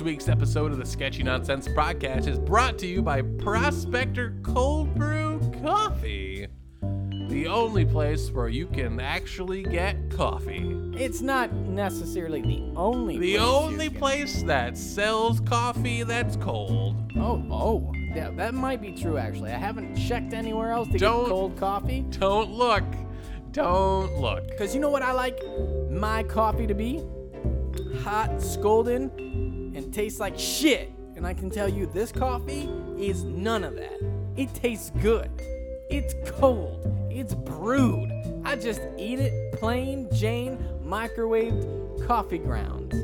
week's episode of the Sketchy Nonsense Podcast is brought to you by Prospector Cold Brew Coffee, the only place where you can actually get coffee. It's not necessarily the only. place The you only can- place that sells coffee that's cold. Oh, oh, yeah, that might be true. Actually, I haven't checked anywhere else to Don't- get cold coffee. Don't look. Don't look. Cause you know what I like my coffee to be? Hot, scolding, and tastes like shit. And I can tell you, this coffee is none of that. It tastes good. It's cold. It's brewed. I just eat it plain Jane microwaved coffee grounds.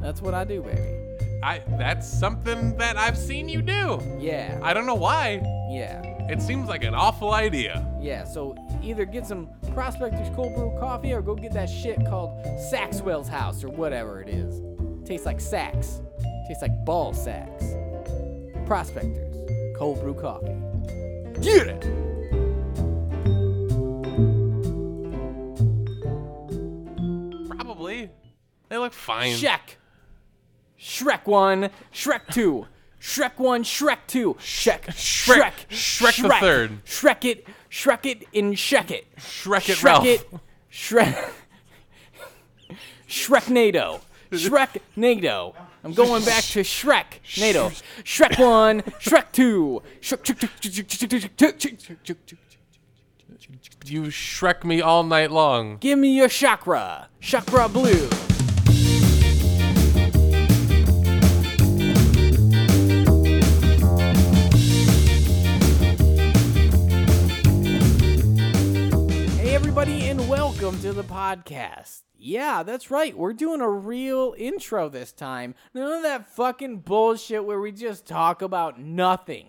That's what I do, baby. I that's something that I've seen you do. Yeah, I don't know why. yeah. It seems like an awful idea. Yeah, so either get some Prospector's Cold Brew coffee or go get that shit called Saxwell's House or whatever it is. Tastes like sacks. Tastes like ball sacks. Prospector's Cold Brew Coffee. Get it. Probably. They look fine. Check! Shrek 1, Shrek 2. Shrek 1, Shrek 2. Shrek, Shrek, Shrek the third. Shrek it, Shrek it, and Shrek it. Shrek it, Shrek Ralph. it, Shrek. Shreknado. Shreknado. I'm going back to Shrek. Nado. Shrek 1, Shrek 2. Shrek. You Shrek me all night long. Give me your chakra. Chakra blue. Hey, everybody, and welcome to the podcast. Yeah, that's right. We're doing a real intro this time. None of that fucking bullshit where we just talk about nothing.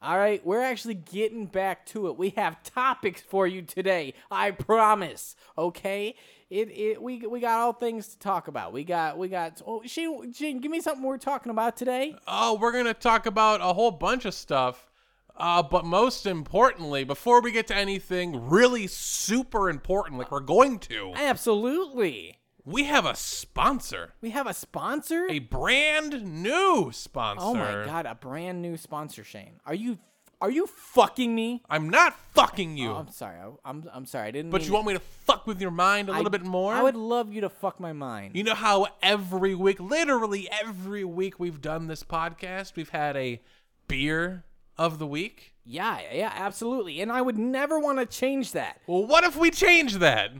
All right, we're actually getting back to it. We have topics for you today. I promise. Okay, it, it we we got all things to talk about. We got we got. Oh, she, Jane, give me something we're talking about today. Oh, we're going to talk about a whole bunch of stuff. Uh, but most importantly, before we get to anything really super important, like we're going to, Absolutely. we have a sponsor, We have a sponsor. a brand new sponsor. oh my god, a brand new sponsor, Shane. Are you are you fucking me? I'm not fucking you, Oh, I'm sorry. I, I'm I'm sorry. I didn't. but you want me to fuck with your mind a little bit more? I would love you to fuck my mind. You know how every week, literally every week we've done this podcast, we've had a beer of the week. yeah, yeah, absolutely. And I would never want to change that. Well, what if we change that?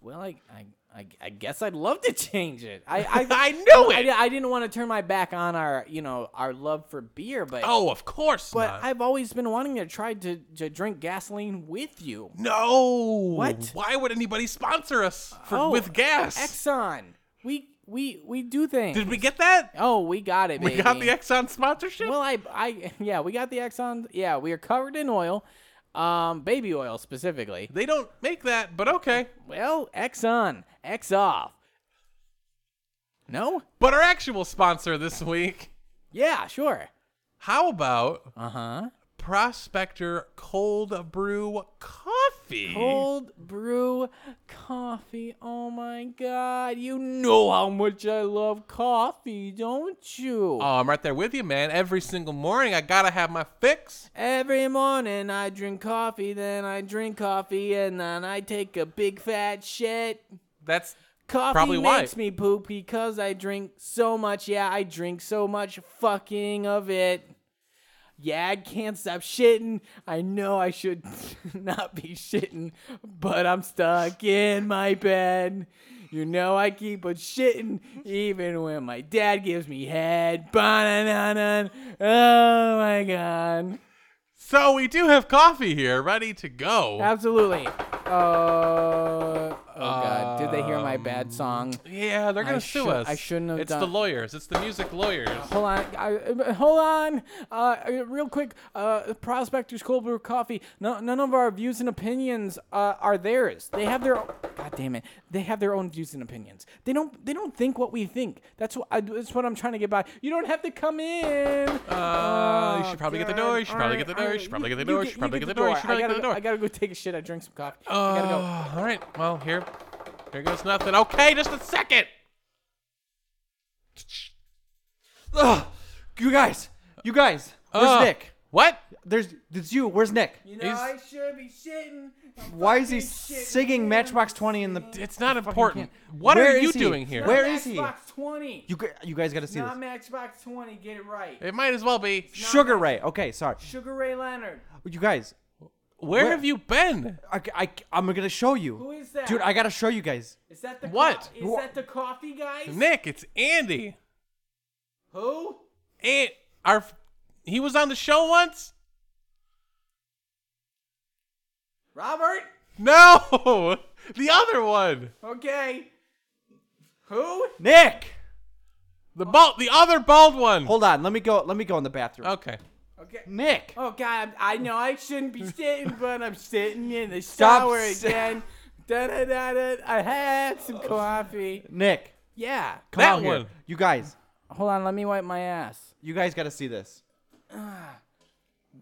Well, I, I, I, I guess I'd love to change it. I, I, I knew it! I, I didn't want to turn my back on our, you know, our love for beer, but Oh, of course but not. I've always been wanting to try to, to drink gasoline with you. no. What? Why would anybody sponsor us for, Oh, with gas? Exxon, we we we do things. Did we get that? oh, we got it, We baby. got the Exxon sponsorship? well, I, I, yeah, we got the Exxon. Yeah, we are covered in oil, um, baby oil specifically. they don't make that, but okay. Well, Exxon, X off. No? But our actual sponsor this week, Yeah, sure. how about Uh huh. Prospector Cold Brew Coffee? Cold brew coffee. Oh my god. You know how much I love coffee, don't you? Oh, I'm right there with you, man. Every single morning, I gotta have my fix. Every morning I drink coffee, then I drink coffee, and then I take a big fat shit. That's Coffee Probably why. makes me poop because I drink so much. Yeah, I drink so much fucking of it. Yeah, I can't stop shitting. I know I should not be shitting, but I'm stuck in my bed. You know I keep on shitting even when my dad gives me head. Ba-na-na-na. Oh my god. so we do have coffee here, ready to go. Absolutely. Uh, oh god. Did they hear my bad song? yeah, they're gonna I sue shou- us. I shouldn't have It's done- the lawyers. It's the music lawyers. Hold on, I, uh, hold on, uh, uh, real quick. Uh, Prospectors Cold Brew Coffee. No, none of our views and opinions uh, are theirs. They have their. o- God damn it! They have their own views and opinions. They don't. They don't think what we think. That's what. I, that's what I'm trying to get by. You don't have to come in. Oh, Uh, you should probably get the door. You should probably get the door. You should probably get the door. You should probably get the door. You should I probably gotta, get the door. go, I gotta go take a shit. I drink some coffee. I gotta go. Uh, all right. Well, here, here goes nothing. Okay, just a second. Ugh, you guys, you guys, where's Ugh. Nick? What? There's, it's you. Where's Nick? You know, I should be shitting. Why is he singing Matchbox Twenty in the? It's not important. What Where are you is he? doing here? Where is he? Matchbox 20. You, gu- you guys got to see this. Not Matchbox 20. Get it right. It might as well be. Sugar Ray. Okay, sorry. Sugar Ray Leonard. You guys, Where, Where- have you been? I, I, I'm gonna show you. Who is that? Dude, I gotta show you guys. Is that the What? Co- is Wha- that the coffee guy? Nick, it's Andy. Who? And our he was on the show once? Robert? No. The other one. Okay. Who? Nick! The bald the other bald one. Hold on, let me go let me go in the bathroom. Okay. Okay. Nick! Oh God, I'm- I know I shouldn't be sitting, but I'm sitting in the Stop shower s- again. Da da da da. I had some coffee. Nick! Yeah. Come That out here. one. You guys, Hold on, let me wipe my ass. you guys gotta see this.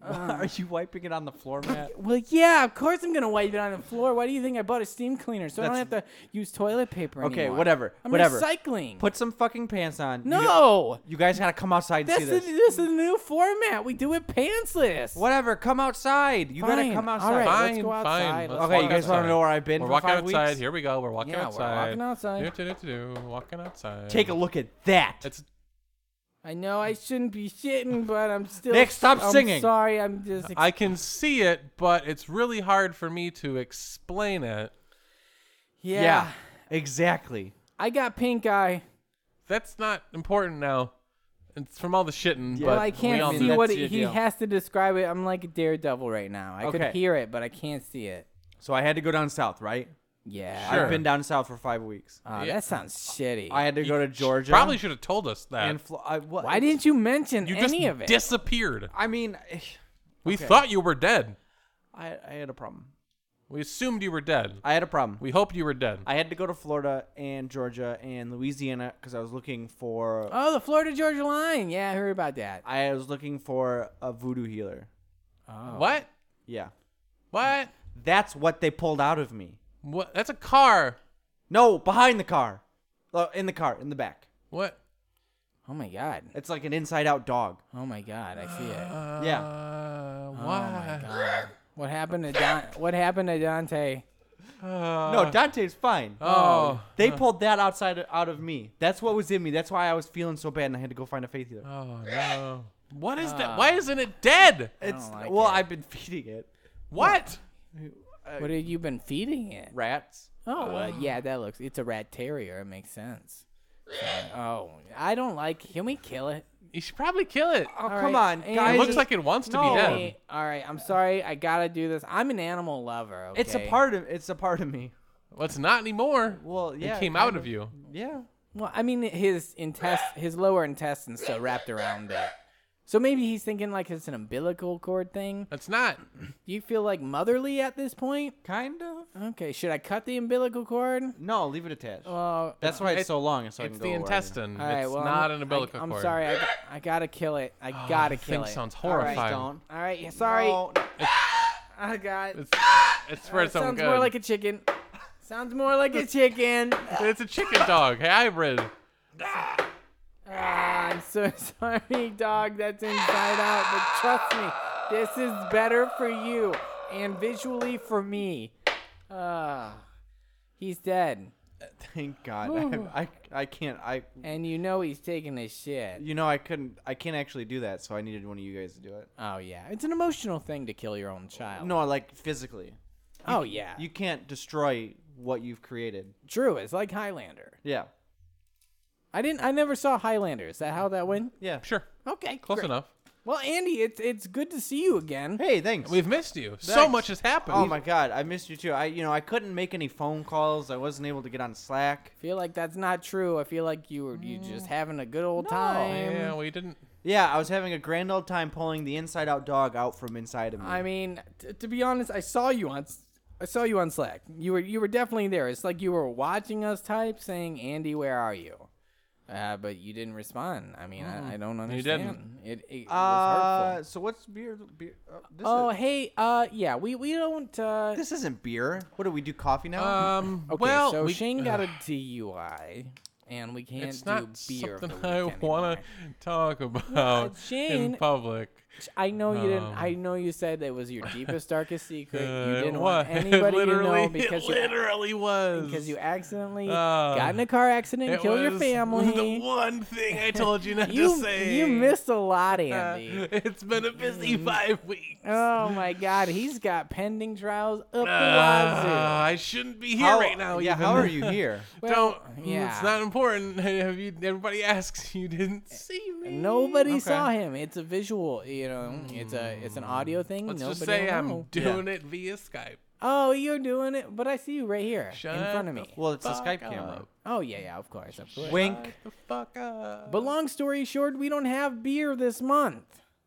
Are you wiping it on the floor, Matt? Well, yeah, of course I'm gonna wipe it on the floor. Why do you think I bought a steam cleaner so I That's- don't have to use toilet paper Okay, anymore? whatever, I'm whatever. recycling. Put some fucking pants on. You got- no, You, guys gotta come outside and that's see the, this. this is the new format. We do it pantsless. Whatever, come outside. You Fine, gotta come outside. all right. Fine, let's go outside. fine. Let's Let's Okay, walk you guys outside. wanna know where I've been We're for walking five outside. weeks? Here we go. We're walking Yeah, we're outside. walking outside. Do-do-do-do-do. Walking outside. Take a look at that. It's I know I shouldn't be shitting, but I'm still. Nick, stop I'm singing. Sorry, I'm just. I can see it, but it's really hard for me to explain it. yeah. exactly. I got pink eye. That's not important now. It's from all the shitting, but Yeah. Well, I we all can't see mean, knew. that's what your it, he deal. has to describe it. I'm like a daredevil right now. I could Okay. hear it, but I can't see it. So I had to go down south, right? Yeah. Sure. I've been down south for five weeks. Aw, Yeah. That sounds shitty. I had to go to Georgia. Probably should have told us that. and Flo- I, what, Why didn't you mention you just any of it? disappeared. I mean? We thought you were dead. I, I had a problem. We assumed you were dead. I had a problem. We hoped you were dead. I had to go to Florida and Georgia and Louisiana because I was looking for oh, the Florida Georgia line. Yeah, I heard about that. I was looking for a voodoo healer. Oh. What? Yeah, What? that's what they pulled out of me. What? That's a car. No, behind the car, Oh, in the car, in the back. What? Oh my god. It's like an inside-out dog. Oh my god. I see it. yeah, Uh, Oh my why? God. What happened to Don? What happened to Dante? Uh, no, Dante's fine. Oh. They pulled that outside out of me. That's what was in me. That's why I was feeling so bad and I had to go find a faith healer. Oh no. What is Ah. that? Why isn't it dead? It's like well, it. I've been feeding it What? What have you been feeding it? rats. Oh, well, yeah, that looks. It's a rat terrier. It makes sense. oh, I don't like. Can we kill it? You should probably kill it. Oh, All come right, on, and- guys. It looks like it wants to No. be dead. Hey, all right, I'm sorry. I gotta do this. I'm an animal lover. Okay? it's a part of it's a part of me. Well, it's not anymore. Well, yeah, it came kind out of you. Yeah. Well, I mean, his intest, his lower intestine's still wrapped around it. So maybe he's thinking like it's an umbilical cord thing. It's not. Do you feel like motherly at this point? Kind of. Okay, should I cut the umbilical cord? No, leave it attached. Uh, That's why it's It- so long. So I It's can go the wherever. intestine. All right, it's well, not I'm, an umbilical I, I'm cord. sorry. I, I gotta kill it. I the gotta thing kill it. sounds All right. horrifying. Don't. All right. yeah, Sorry. No, no. I got. It's, it's for something That sounds good. more like a chicken. Sounds more like a chicken. it's a chicken dog, hybrid. Ah, I'm so sorry, dog. That's inside out. But trust me, this is better for you and visually for me. Ah, he's dead, Thank God. I, I I can't. I and you know he's taking a shit. you know I couldn't. I can't actually do that. So I needed one of you guys to do it. Oh yeah, it's an emotional thing to kill your own child. No, like physically. Oh yeah, You can't destroy what you've created. true. It's like Highlander. Yeah. I didn't. I never saw Highlander. Is that how that went? Yeah. Sure, Okay, close great. enough. Well, Andy, it's it's good to see you again. Hey, thanks. We've missed you. So Thanks. much has happened. Oh my God, I missed you too. I you know I couldn't make any phone calls. I wasn't able to get on Slack. feel like that's not true. I feel like you were you Mm. just having a good old time. Yeah, we didn't. Yeah, I was having a grand old time pulling the inside out dog out from inside of me. I mean, t- to be honest, I saw you on s- I saw you on Slack. You were you were definitely there. It's like you were watching us type, saying, "Andy, where are you?" Uh, but you didn't respond. I mean, I, I don't understand. It, it was Mm. uh, hurtful. so what's beer? beer uh, this Oh is, hey, uh, yeah, we we don't. Uh, this isn't beer. What do we do? Coffee now? Um. Oh. okay, well, so we, Shane got a DUI, and we can't It's do not beer. something I want to talk about in Shane, public. to. I know you didn't. Um, I know you said that was your deepest, darkest secret. Uh, you it didn't was. want anybody to literally, know because it you literally was because you accidentally Uh, got in a car accident and It killed your was family. The one thing I told you not you to say. you missed a lot, Uh, Andy. Mm. it's been a busy five weeks. Oh my God, he's got pending trials up the Ah, wazoo. I shouldn't be here How- right now. Yeah, even. how are you here? Don't. Well, yeah. It's not important. Have you? Everybody asks. You didn't see me. Eh, Nobody Okay. saw him. It's a visual, you know. It's a it's an audio thing. Mm, Let's Nobody just say will I'm know. doing it via Skype. Oh, you're doing it, but I see you right here Shut in front of the me. Well, it's a fuck Skype up. camera. Oh yeah, yeah, of course, of course. Wink. Shut The fuck up. But long story short, we don't have beer this month.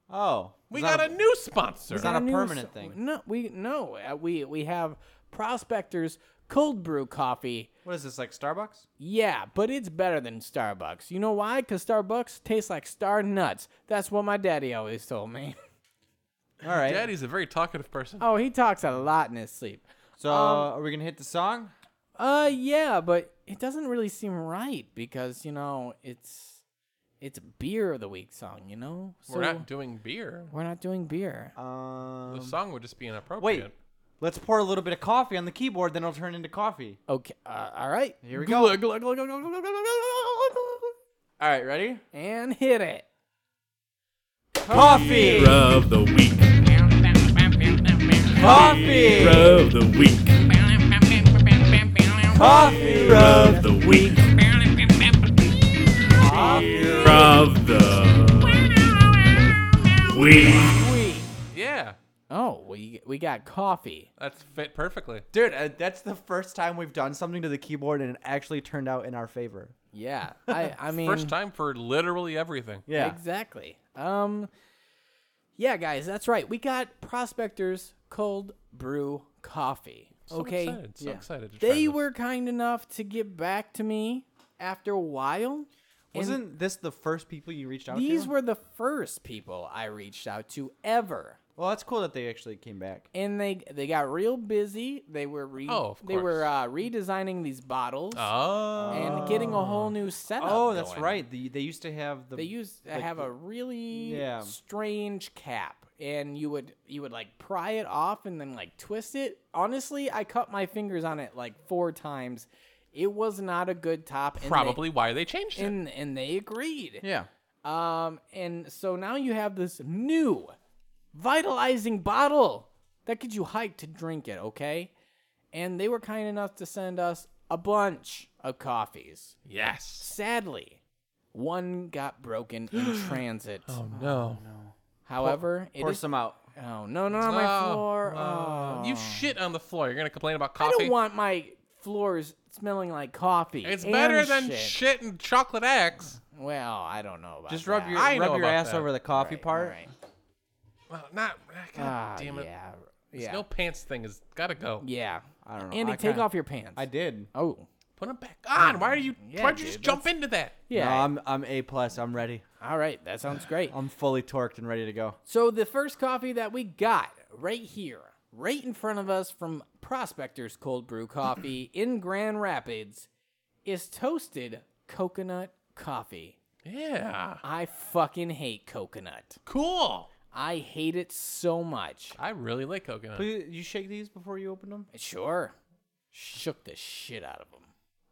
Oh, we it's not got a new sponsor. It's not Got a new permanent s- thing. No, we no, uh, we we have Prospectors Cold Brew Coffee. What is this like Starbucks? Yeah, but it's better than Starbucks. You know why? Cause Starbucks tastes like star nuts. That's what my daddy always told me. All right. Daddy's a very talkative person. Oh, he talks a lot in his sleep. So Um, are we gonna hit the song? Uh, yeah, but it doesn't really seem right because you know it's it's beer of the week song, you know. So We're not doing beer. we're not doing beer. The Um, song would just be inappropriate. wait. Let's pour a little bit of coffee on the keyboard, then it'll turn into coffee. Okay, uh, all right, Here we go. All right, ready? and hit it. Coffee. Beer of the week. Coffee. Beer of the week. Coffee. Beer of the week. Beer of the week. We Yeah, oh we we got coffee. that's fit perfectly. Dude, uh, that's the first time we've done something to the keyboard and it actually turned out in our favor. Yeah, I I mean First time for literally everything. Yeah. Exactly. Um Yeah, guys, that's right. We got Prospectors Cold Brew Coffee. So okay. excited, so Yeah. excited to try They this. were kind enough to get back to me after a while. Wasn't this the first people you reached out These to? were the first people I reached out to ever. well, that's cool that they actually came back. And they they got real busy. They were re- Oh, of they were course. uh, redesigning these bottles Oh, and getting a whole new setup. Oh, that's going. right. The, they used to have the. they used to like have the- a really Yeah. strange cap and you would you would like pry it off and then like twist it honestly i cut my fingers on it like four times it was not a good top and they- probably why they changed it. and and they agreed Yeah. um and so now you have this new vitalizing bottle that gets you hyped to drink it okay and they were kind enough to send us a bunch of coffees Yes. sadly one got broken in transit Oh, No. However, it Pour is. some out. Oh no, not on my floor. Oh, You shit on the floor. You're gonna complain about I coffee. don't want my floors smelling like coffee. it's and better than shit. shit and chocolate eggs. Well, I don't know about. Just rub that. your I know rub your about ass that. over the coffee Right, part. right. Well, not. God Ah, damn it. Yeah, This yeah, no pants thing has gotta go. yeah. I don't know. Andy, I take kinda- off your pants. I did. Oh, Put them back on. Why are you? Mm-hmm. Yeah, why'd you just dude, jump into that? yeah. No, I'm I'm A plus. I'm ready. all right, that sounds great. I'm fully torqued and ready to go. So the first coffee that we got right here, right in front of us from Prospector's Cold Brew Coffee in Grand Rapids, is toasted coconut coffee. Yeah. I fucking hate coconut. Cool. I hate it so much. I really like coconut. Please, you shake these before you open them. Sure. Shook the shit out of them.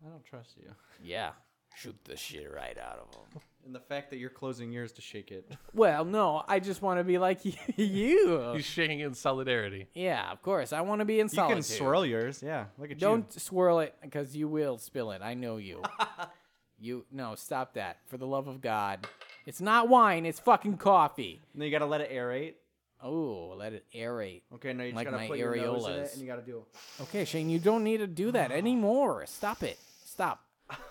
I don't trust you. Yeah. Shoot the shit right out of them. And the fact that you're closing yours to shake it. Well, no, I just want to be like you. He's shaking in solidarity. Yeah, of course. I want to be in You solitude. can swirl yours. Yeah. Look at you. Don't swirl it because you will spill it. I know you. you no, stop that. For the love of God, it's not wine. It's fucking coffee. And then you gotta let it aerate. Oh, let it aerate. Okay, now you just Like gotta my put your nose in areolas. it, and you gotta do. Okay, Shane, you don't need to do that anymore. Stop it. Stop.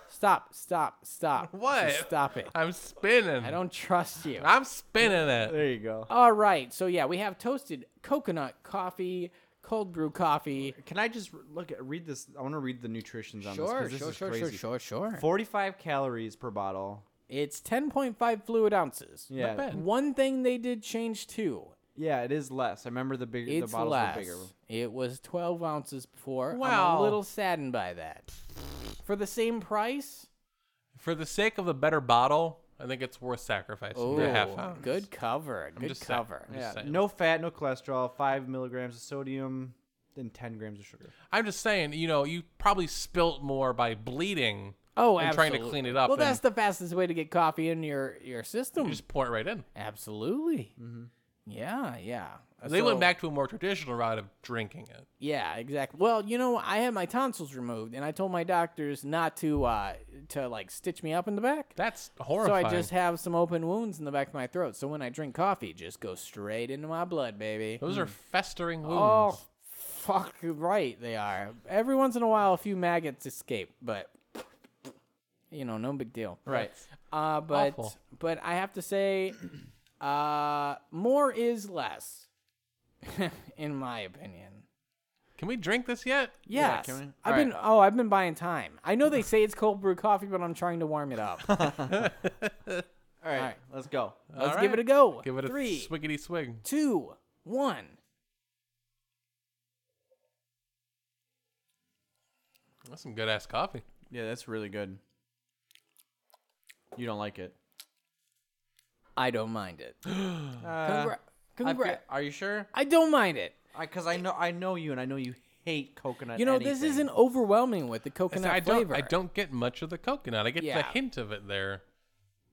Stop. Stop. Stop. What? Just stop it. I'm spinning. I don't trust you. I'm spinning it. There you go. All right. So yeah, we have toasted coconut coffee, cold brew coffee. Can I just r- look at read this? I want to read the nutritions on Sure, this. 'cause this sure, is sure, sure, crazy. sure, sure. Forty-five calories per bottle. It's 10.5 fluid ounces. Yeah, bad. One thing they did change too. yeah, it is less. I remember the bigger It's the bottles less. were bigger. It was 12 ounces before. I'm a Wow. little saddened by that. For the same price, for the sake of a better bottle, I think it's worth sacrificing Ooh, the half ounce. good cover. Good just saying. cover. I'm just Yeah, saying. no fat, no cholesterol, five milligrams of sodium, and ten grams of sugar. I'm just saying, you know, you probably spilt more by bleeding. Oh, and absolutely. trying to clean it up. Well, that's and the fastest way to get coffee in your your system. you just pour it right in. Absolutely. Mm-hmm. Yeah, yeah. They So- went back to a more traditional route of drinking it. Yeah, exactly. Well, you know, I had my tonsils removed, and I told my doctors not to uh to like stitch me up in the back. That's horrifying. So I just have some open wounds in the back of my throat. So when I drink coffee, it just goes straight into my blood, baby. Those are festering wounds. Mm. Oh, fuck right they are. Every once in a while, a few maggots escape, but you know, no big deal. right. Uh, but Awful. but I have to say, uh, more is less, in my opinion. Can we drink this yet? Yes, can we? I've been. Oh, I've been buying time. I know they say it's cold brew coffee, but I'm trying to warm it up. Let's All right, right. let's go. All give right. it a go. Give it a Three, swiggity swig. two, one. That's some good ass coffee. Yeah, that's really good. You don't like it? I don't mind it. Uh, Congra- I congra- feel- are you sure? I don't mind it. Because I, know I know you, and I know you hate coconut. You know, this anything. isn't overwhelming with the coconut I don't. flavor. I don't get much of the coconut. I get the Yeah. hint of it there.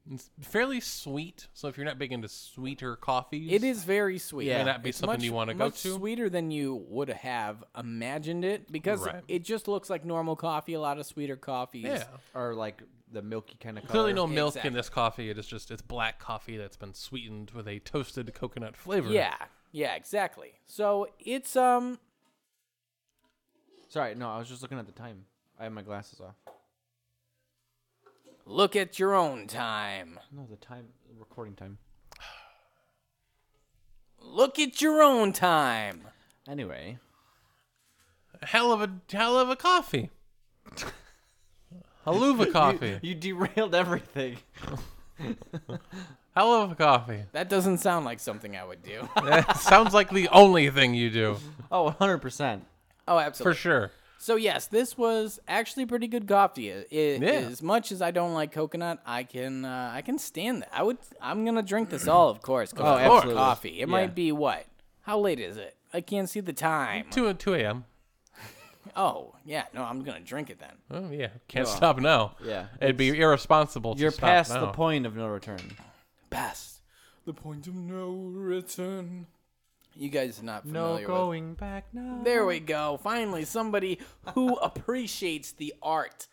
It's fairly sweet. So if you're not big into sweeter coffees, It is very sweet. May not be It's something much- you wanna go much to. Sweeter than you would have imagined it because Right. it just looks like normal coffee. A lot of sweeter coffees. Yeah. or like the milky kind of. Clearly, no color. milk in Exactly. this coffee. It is just it's black coffee that's been sweetened with a toasted coconut flavor. Yeah. Yeah. Exactly. So it's um. Sorry, no, I was just looking at the time. I have my glasses off. Look at your own time. No, the time, recording time. Look at your own time. Anyway, hell of a hell of a coffee. Haluva coffee. you derailed everything. Hell of a coffee. That doesn't sound like something I would do. That sounds like the only thing you do Oh, 100 percent. oh, for absolutely. sure. So yes, this was actually pretty good coffee. I- I- Yeah. As much as I don't like coconut, I can uh, I can stand that. I would I'm gonna drink this all, of course. 'cause Oh, I love absolutely. Coffee. It Yeah. might be what? How late is it? I can't see the time. Two two a.m. Oh yeah, no, I'm gonna drink it then. Oh yeah, can't stop now. Yeah, it'd be irresponsible. You're to stop past now. the point of no return. Past the point of no return. You guys are not No familiar with. going back now. There we go. Finally, somebody who appreciates the art.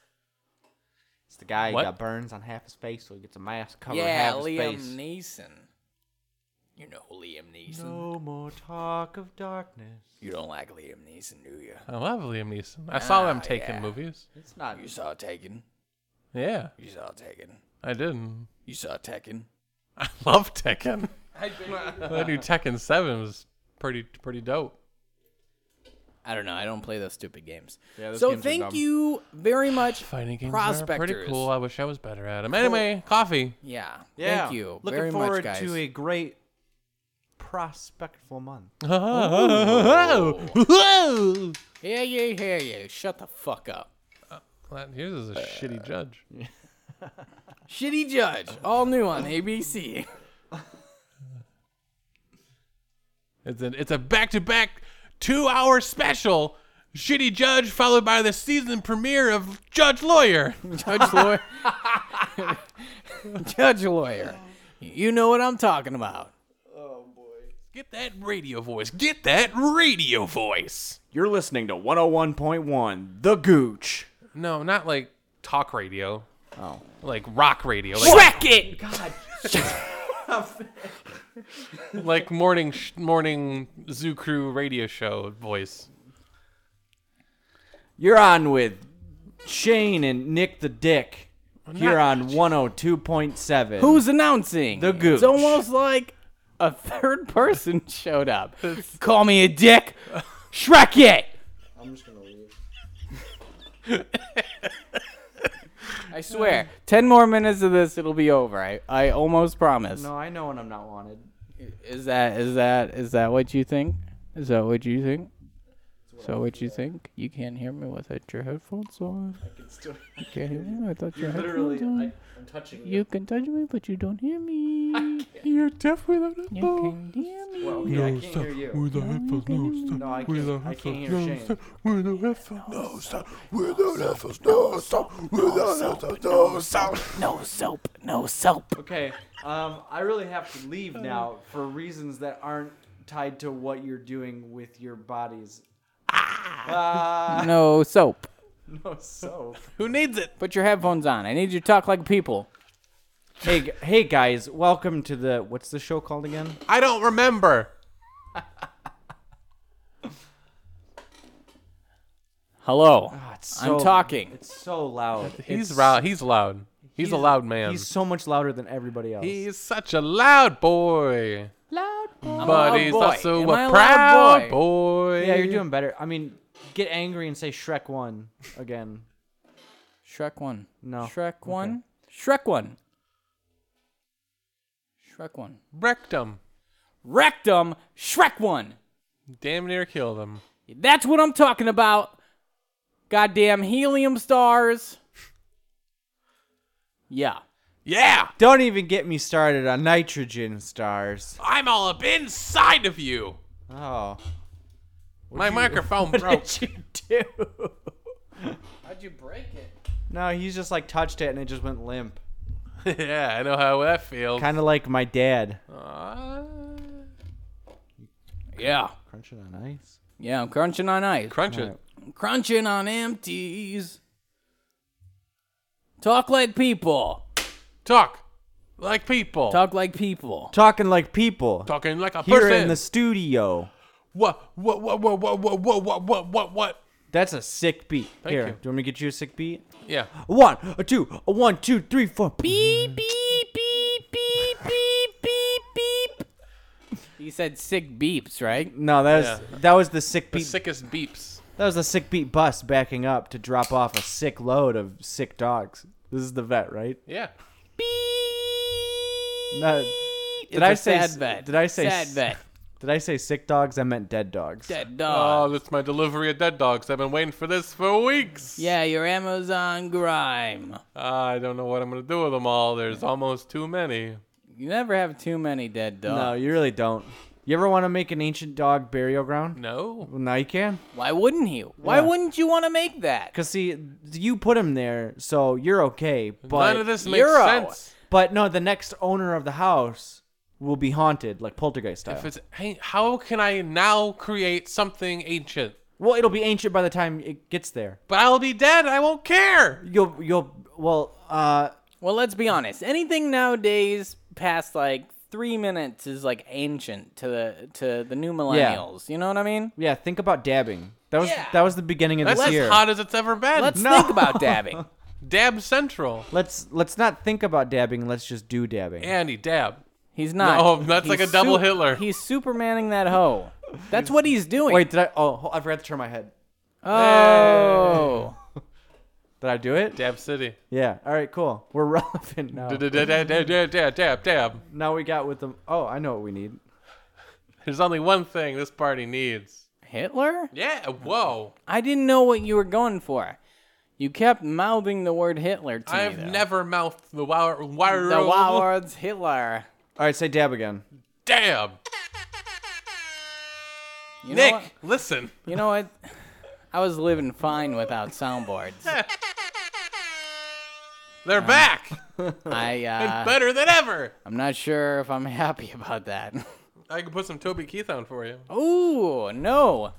It's the guy who What? got burns on half his face, so he gets a mask cover yeah, half his Liam face. Neeson. You know who Liam Neeson. No more talk of darkness. You don't like Liam Neeson, do you? I love Liam Neeson. I saw him Ah, taking yeah. movies. It's not. You saw Taken. Yeah, You saw Taken. I didn't. You saw Tekken. I love Tekken. I new Tekken Seven was pretty pretty dope. I don't know. I don't play those stupid games. Yeah, those so games are thank dumb. you very much, Fighting games are prospectors. pretty cool. I wish I was better at them. Anyway, coffee. Yeah. Yeah. Thank you Looking very much, forward guys. to a great prospectful month. Oh! Whoa. Yeah, yeah, yeah, yeah. Shut the fuck up. That- Hughes is a Uh, shitty judge. Shitty Judge, all new on ABC. It's a it's a back to back two hour special. Shitty Judge followed by the season premiere of Judge Lawyer. Judge lawyer. Judge lawyer. You know what I'm talking about. Get that radio voice. Get that radio voice. You're listening to 101.1 The Gooch. No, not like talk radio. Oh. Like rock radio. Like, Wreck it. like morning sh- morning zoo crew radio show voice. You're on with Shane and Nick the Dick. Here on 102.7. Who's announcing? The Gooch. It's almost like a third person showed up. Call me a dick. Shrek it. I'm just gonna leave. I swear, ten more minutes of this, it'll be over. I, I almost promise. No, I know when I'm not wanted. Is that is that is that what you think? Is that what you think? It's So what you think? You can't hear me without your headphones on. I can still- You can't hear me without your Literally, headphones on. I, I'm touching you. you can touch me, but you don't hear me. You're deaf without You can hear me. Well, No, yeah, I can't stop. hear you. We're the headphones. No, stop. No, I We're the can't. I can't headphones. hear No, Shane. stop. We're the headphones. No, stop. We're the headphones. No, stop. We're the headphones. No, stop. No soap. No soap. Okay, um, I really have to leave Uh, now for reasons that aren't tied to what you're doing with your bodies. Ah, No soap. no soap. Who needs it? Put your headphones on. I need you to talk like people. Hey, g- hey guys, welcome to the what's the show called again? I don't remember. Hello. Ah, it's I'm talking. It's so loud. He's It's- loud. He's loud. He's, a loud man. He's He's, so much louder than everybody else. such a loud boy. I'm a But loud he's Oh, boy. also Am I a loud proud boy. yeah, you're doing better. I mean, get angry and say Shrek one again. Shrek one. No. Shrek one. Shrek one. Shrek one. Rectum. Rectum. Shrek one. Damn near killed him. That's what I'm talking about. Goddamn helium stars. Yeah. Yeah, Don't even get me started on nitrogen stars. I'm all up inside of you. Oh, My microphone broke. do. How'd you break it? No, he's just like touched it and it just went limp. yeah, I know how that feels. Kind of like my dad. Uh, Yeah. Crunching on ice. Yeah, I'm crunching on ice. crunch it. crunching on empties. Talk like people. Talk like people. Talk like people. Talking like people. Talking like a here person. in the studio. What? What? What? What? What? What? What? What? What? What? What? That's a sick beat. Thank here, you. do you want me to get you a sick beat? Yeah. A one, a two, a one, two, three, four. Beep beep beep beep beep beep beep. You said sick beeps, right? No, that was Yeah. that was the sick The beat. sickest beeps. that was the sick beat bus backing up to drop off a sick load of sick dogs. This is the vet, right? Yeah. No, It's did I a say sad s- vet? Did I say sad s- vet? Did I say sick dogs? I meant dead dogs. Dead Oh, dog. that's my delivery of dead dogs. I've been waiting for this for weeks. Uh, yeah, your Amazon grime. I don't know what I'm gonna do with them all. There's almost too many. You never have too many dead No, dogs. you really don't. You ever want to make an ancient dog burial ground? No. Well, now you can. Why wouldn't you? Why Yeah. wouldn't you want to make that? Cause see, you put him there, so you're okay. But None of this makes Euro. sense. But no, the next owner of the house will be haunted, like poltergeist style. If it's hey, how can I now create something ancient? well, it'll be ancient by the time it gets there. But I'll be dead. I won't care. You'll, you'll, well, uh, Well, let's be honest. Anything nowadays past like three minutes is like ancient to the to the new millennials. You know what I mean? yeah. Think about dabbing. That was Yeah. that was the beginning of That's this as year. hot as it's ever been. Let's No. think about dabbing. Dab Central. Let's let's not think about dabbing. Let's just do dabbing. Andy Dab. He's not. No, that's like He's a double Hitler. He's Supermaning that hoe. That's what he's doing. Wait, did I? Oh, ho- I forgot to turn my head. Oh. Did I do it? Dab City. Yeah. All right. Cool. We're relevant now. Da- da- da- da- da- da- da- Dab Dab. Now we got with them. Oh, I know what we need. There's only one thing this party needs. Hitler? Yeah. Whoa. I didn't know what you were going for. You kept mouthing the word Hitler to I've me. though. never mouthed the wire. wire The wow words Hitler. All right, say dab again. Dab. You Nick, Know what? listen. You know what? I was living fine without soundboards. They're back. I uh, Better than ever. I'm not sure if I'm happy about that. I can put some Toby Keith on for you. Oh, Ooh, no.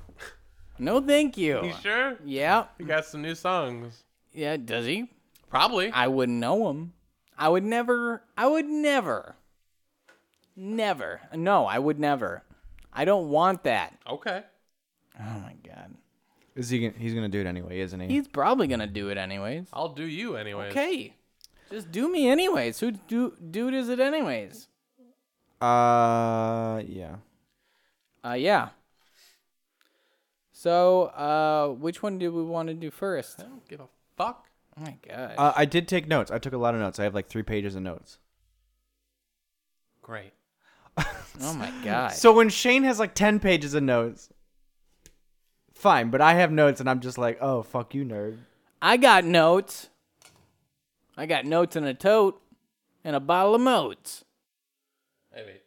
No thank you. You sure? Yeah. You got some new songs. Yeah, does he? Probably. I wouldn't know him. I would never. I would never. Never. No, I would never. I don't want that. Okay. Oh my god. Is he? Gonna, he's gonna do it anyway, isn't he? He's probably gonna do it anyways. I'll do you anyways. Okay. Just do me anyways. Who do dude is it anyways? Uh, yeah. Uh yeah. So, uh which one do we want to do first? I don't give a fuck. Oh my god. Uh, I did take notes. I took a lot of notes. I have like three pages of notes. Great. oh my god. So when Shane has like ten pages of notes, Fine, but I have notes and I'm just like, oh, fuck you, nerd. I got notes. I got notes in a tote and a bottle of moats. I have eight.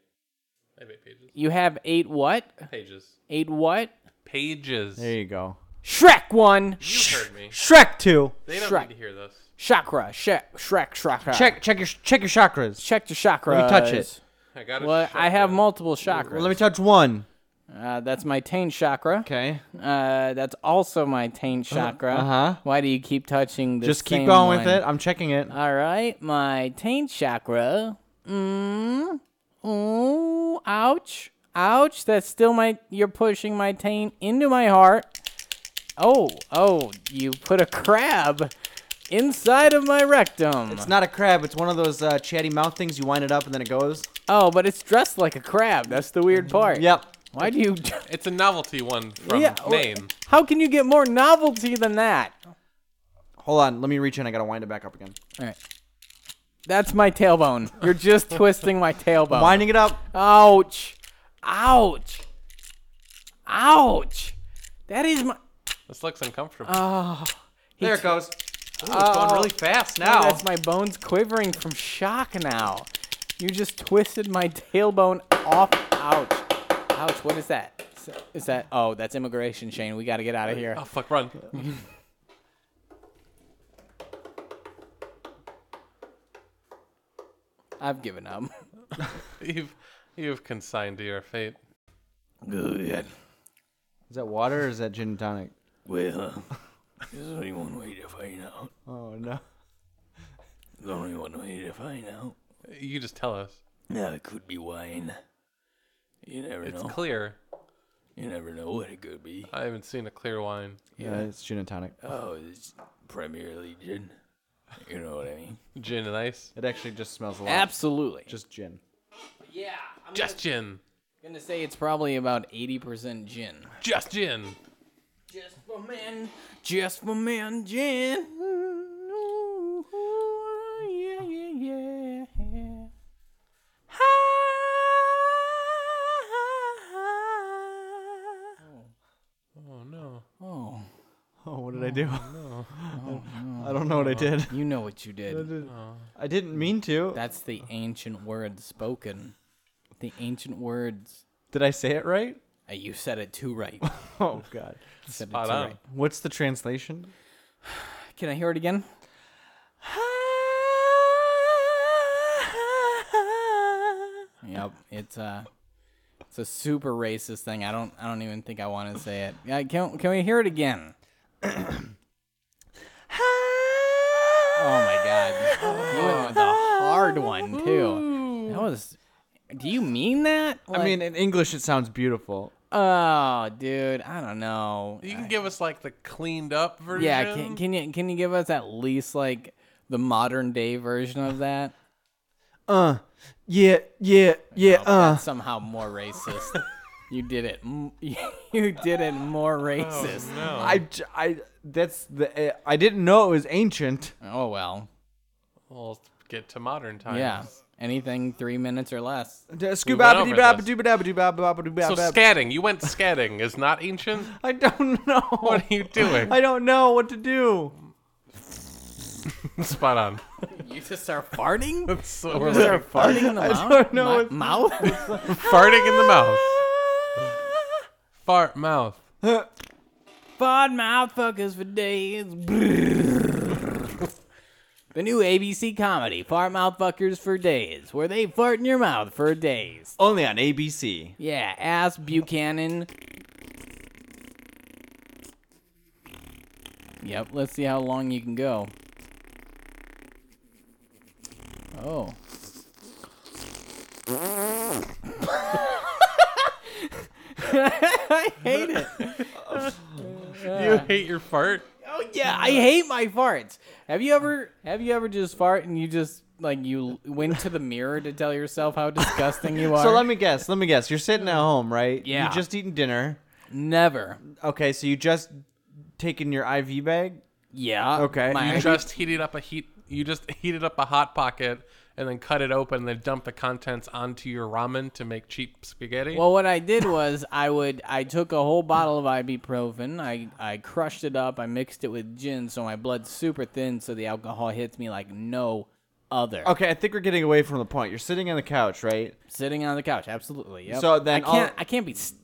I have eight pages. You have eight what? Pages. Eight what? Pages. There you go. Shrek one. You heard me. Shrek 2. They don't Shrek. need to hear this. Chakra. Shrek. Shrek. Chakra. Check check your check your chakras. Check the chakra. Let me touch it. I got. Well, I have multiple Let chakras. me touch one. Uh, that's my taint chakra. Okay. Uh, that's also my taint chakra. uh-huh. Why do you keep touching the Just keep same going with one? it. I'm checking it. All right, my taint chakra. Mm. Ooh, ouch. Ouch. That's still my. You're pushing my taint into my heart. Oh, oh, you put a crab inside of my rectum. It's not a crab. It's one of those uh, chatty mouth things. You wind it up and then it goes. oh, but it's dressed like a crab. That's the weird part. Yep. Why do you. It's a novelty one from Yeah, well- Maine. How can you get more novelty than that? Hold on. Let me reach in. I gotta wind it back up again. All right. That's my tailbone. You're just twisting my tailbone. Winding it up. Ouch. Ouch. Ouch. That is my. oh, This looks uncomfortable. There it goes. Uh, Ooh, it's going really fast now. That's my bones quivering from shock now. You just twisted my tailbone off. Ouch. Ouch. What is that? Is- Is that. Oh, that's immigration, Shane. We got to get out of here. oh fuck! Run. I've given up. You've you've consigned to your fate. Good. Is that water or is that gin and tonic? Well, there's only one way to find out. Oh no. There's only one way to find out. You just tell us. Now, it could be wine. You never It's know. clear. you never know what it could be. I haven't seen a clear wine. Yeah, it's gin and tonic. Oh, it's primarily gin. You know what I mean? Gin and ice. It actually just smells a lot. Absolutely. just gin. yeah. I'm Just gin. going to say it's probably about 80% gin. Just gin. Just for men, just for men, Jen. Yeah, yeah, yeah. Oh no. Oh, Oh, what did I do? I don't know what I did. you know what you did. I didn't mean to. That's the ancient word spoken. The ancient words. Did I say it right? Uh, you said it too right. Oh god. You said it Spot too on. right. What's the translation? Can I hear it again? Yep, it's uh it's a super racist thing. I don't I don't even think I want to say it. Yeah, can can we hear it again? oh my god. You went with a hard one too. That was Do you mean that? I Like- mean, in English it sounds beautiful. oh, dude, I don't know. You can give us like the cleaned up version. Yeah, can, can you can you give us at least like the modern day version of that? Uh, yeah, yeah, yeah. Uh, Oh, That's somehow more racist. you did it. m- You did it more Oh, racist. no. I, j- I, that's the. I didn't know it was ancient. Oh well. We'll get to modern times. Yeah. Anything three minutes or less. So Scoobabadoo scatting. You went scatting. Is not ancient. I don't know. What are you doing? I don't know what to do. Spot on. You just start farting. That's so we're You like start farting in the mouth. don't know, it's- mouth. farting in the mouth. Fart mouth. Fart mouth fuckers for days. The new ABC comedy, Fart Mouth Fuckers for Days, where they fart in your mouth for days. Only on ABC. Yeah, ass Buchanan. Yep, let's see how long you can go. Oh. I hate it. You hate your fart. Oh yeah, I hate my farts. Have you ever have you ever just fart and you just like you went to the mirror to tell yourself how disgusting you are? So let me guess. Let me guess. You're sitting at home, right? Yeah. You just eaten dinner. never. Okay, so you just taken your IV bag. Yeah. Okay, My You just heated up a heat. You just heated up a hot pocket and then cut it open and then dump the contents onto your ramen to make cheap spaghetti. Well, what I did was I would I took a whole bottle of ibuprofen. I I crushed it up. I mixed it with gin, so my blood's super thin. So the alcohol hits me like no other. Okay, I think we're getting away from the point. You're sitting on the couch, right? Sitting on the couch, absolutely. Yep. So then I can't I'll- I can't be s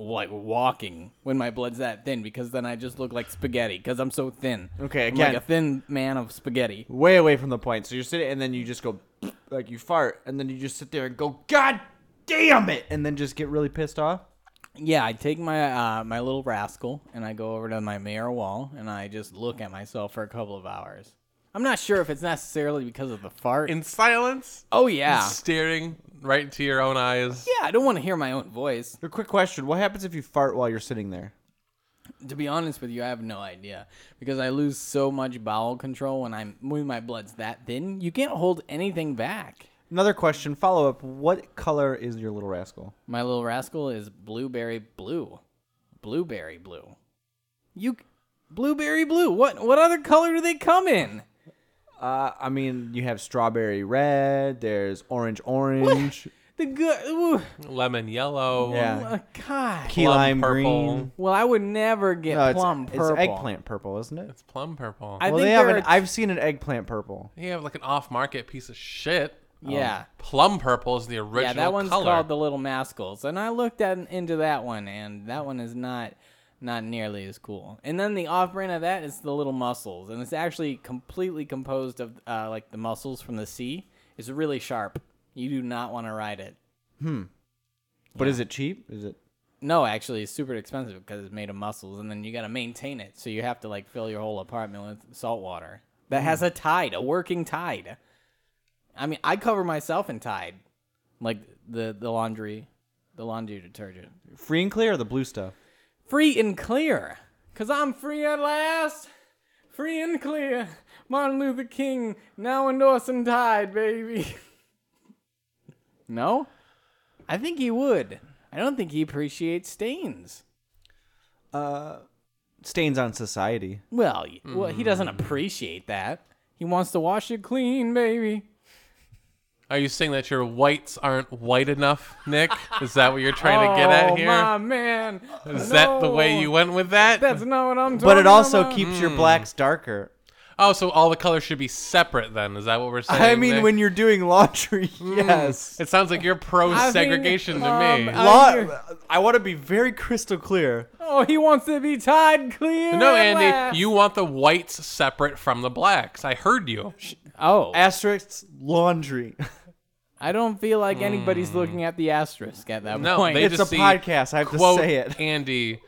like walking when my blood's that thin because then I just look like spaghetti because I'm so thin. Okay, I'm again- like a thin man of spaghetti. Way away from the point. So you're sitting, and then you just go, like you fart, and then you just sit there and go, God damn it, and then just get really pissed off. Yeah, I take my uh, my little rascal and I go over to my mirror wall and I just look at myself for a couple of hours. I'm not sure if it's necessarily because of the fart. in silence, oh yeah, staring right into your own eyes. yeah. I don't want to hear my own voice. A quick question: What happens if you fart while you're sitting there? To be honest with you, I have no idea because I lose so much bowel control when I'm when my blood's that thin. You can't hold anything back. Another question, follow up: What color is your little rascal? My little rascal is blueberry blue, blueberry blue. You blueberry blue. What what other color do they come in? Uh, I mean, you have strawberry red. There's orange, orange. The good. Ooh. Lemon yellow. Yeah, Oh, God. key Plum lime purple. green. Well, I would never get No, it's, plum purple. it's eggplant purple, isn't it? It's plum purple. I well, think they have there an. are- I've seen an eggplant purple. you have like an off market piece of shit. yeah. Oh. Plum purple is the original yeah, that one's color. called the Little Mascals, and I looked at, into that one, and that one is not not nearly as cool. And then the off-brand of that is the Little Mussels, and it's actually completely composed of uh, like the mussels from the sea. It's really sharp. You do not want to ride it. But is it cheap? Is it? No, actually, it's super expensive because it's made of mussels, and then you got to maintain it. So you have to like fill your whole apartment with salt water that has a tide, a working tide. I mean, I cover myself in tide, like the the laundry, the laundry detergent, Free and clear or the blue stuff? free and clear, cause I'm free at last, free and clear. Martin Luther King now endorsing tide, baby. no, I think he would. I don't think he appreciates stains. Stains on society. Well, y well, he doesn't Mm. appreciate that. He wants to wash it clean, baby. Are you saying that your whites aren't white enough, Nick? Is that what you're trying to get at oh here? my man! Is that the way you went with that? That's not what I'm talking But it also about. keeps Hmm. your blacks darker. oh, so all the colors should be separate then. Is that what we're saying? I mean, Nick? when you're doing laundry, Hmm. yes. It sounds like you're pro I think, segregation to um, me. I- Law- I want to be very crystal clear. Oh, he wants to be tied clean. no, at Andy, last. you want the whites separate from the blacks. I heard you. Oh, Asterisk laundry. I don't feel like anybody's looking at the asterisk at that Mm. No, point. they It's just a see, podcast, I have to quote, say it. Andy,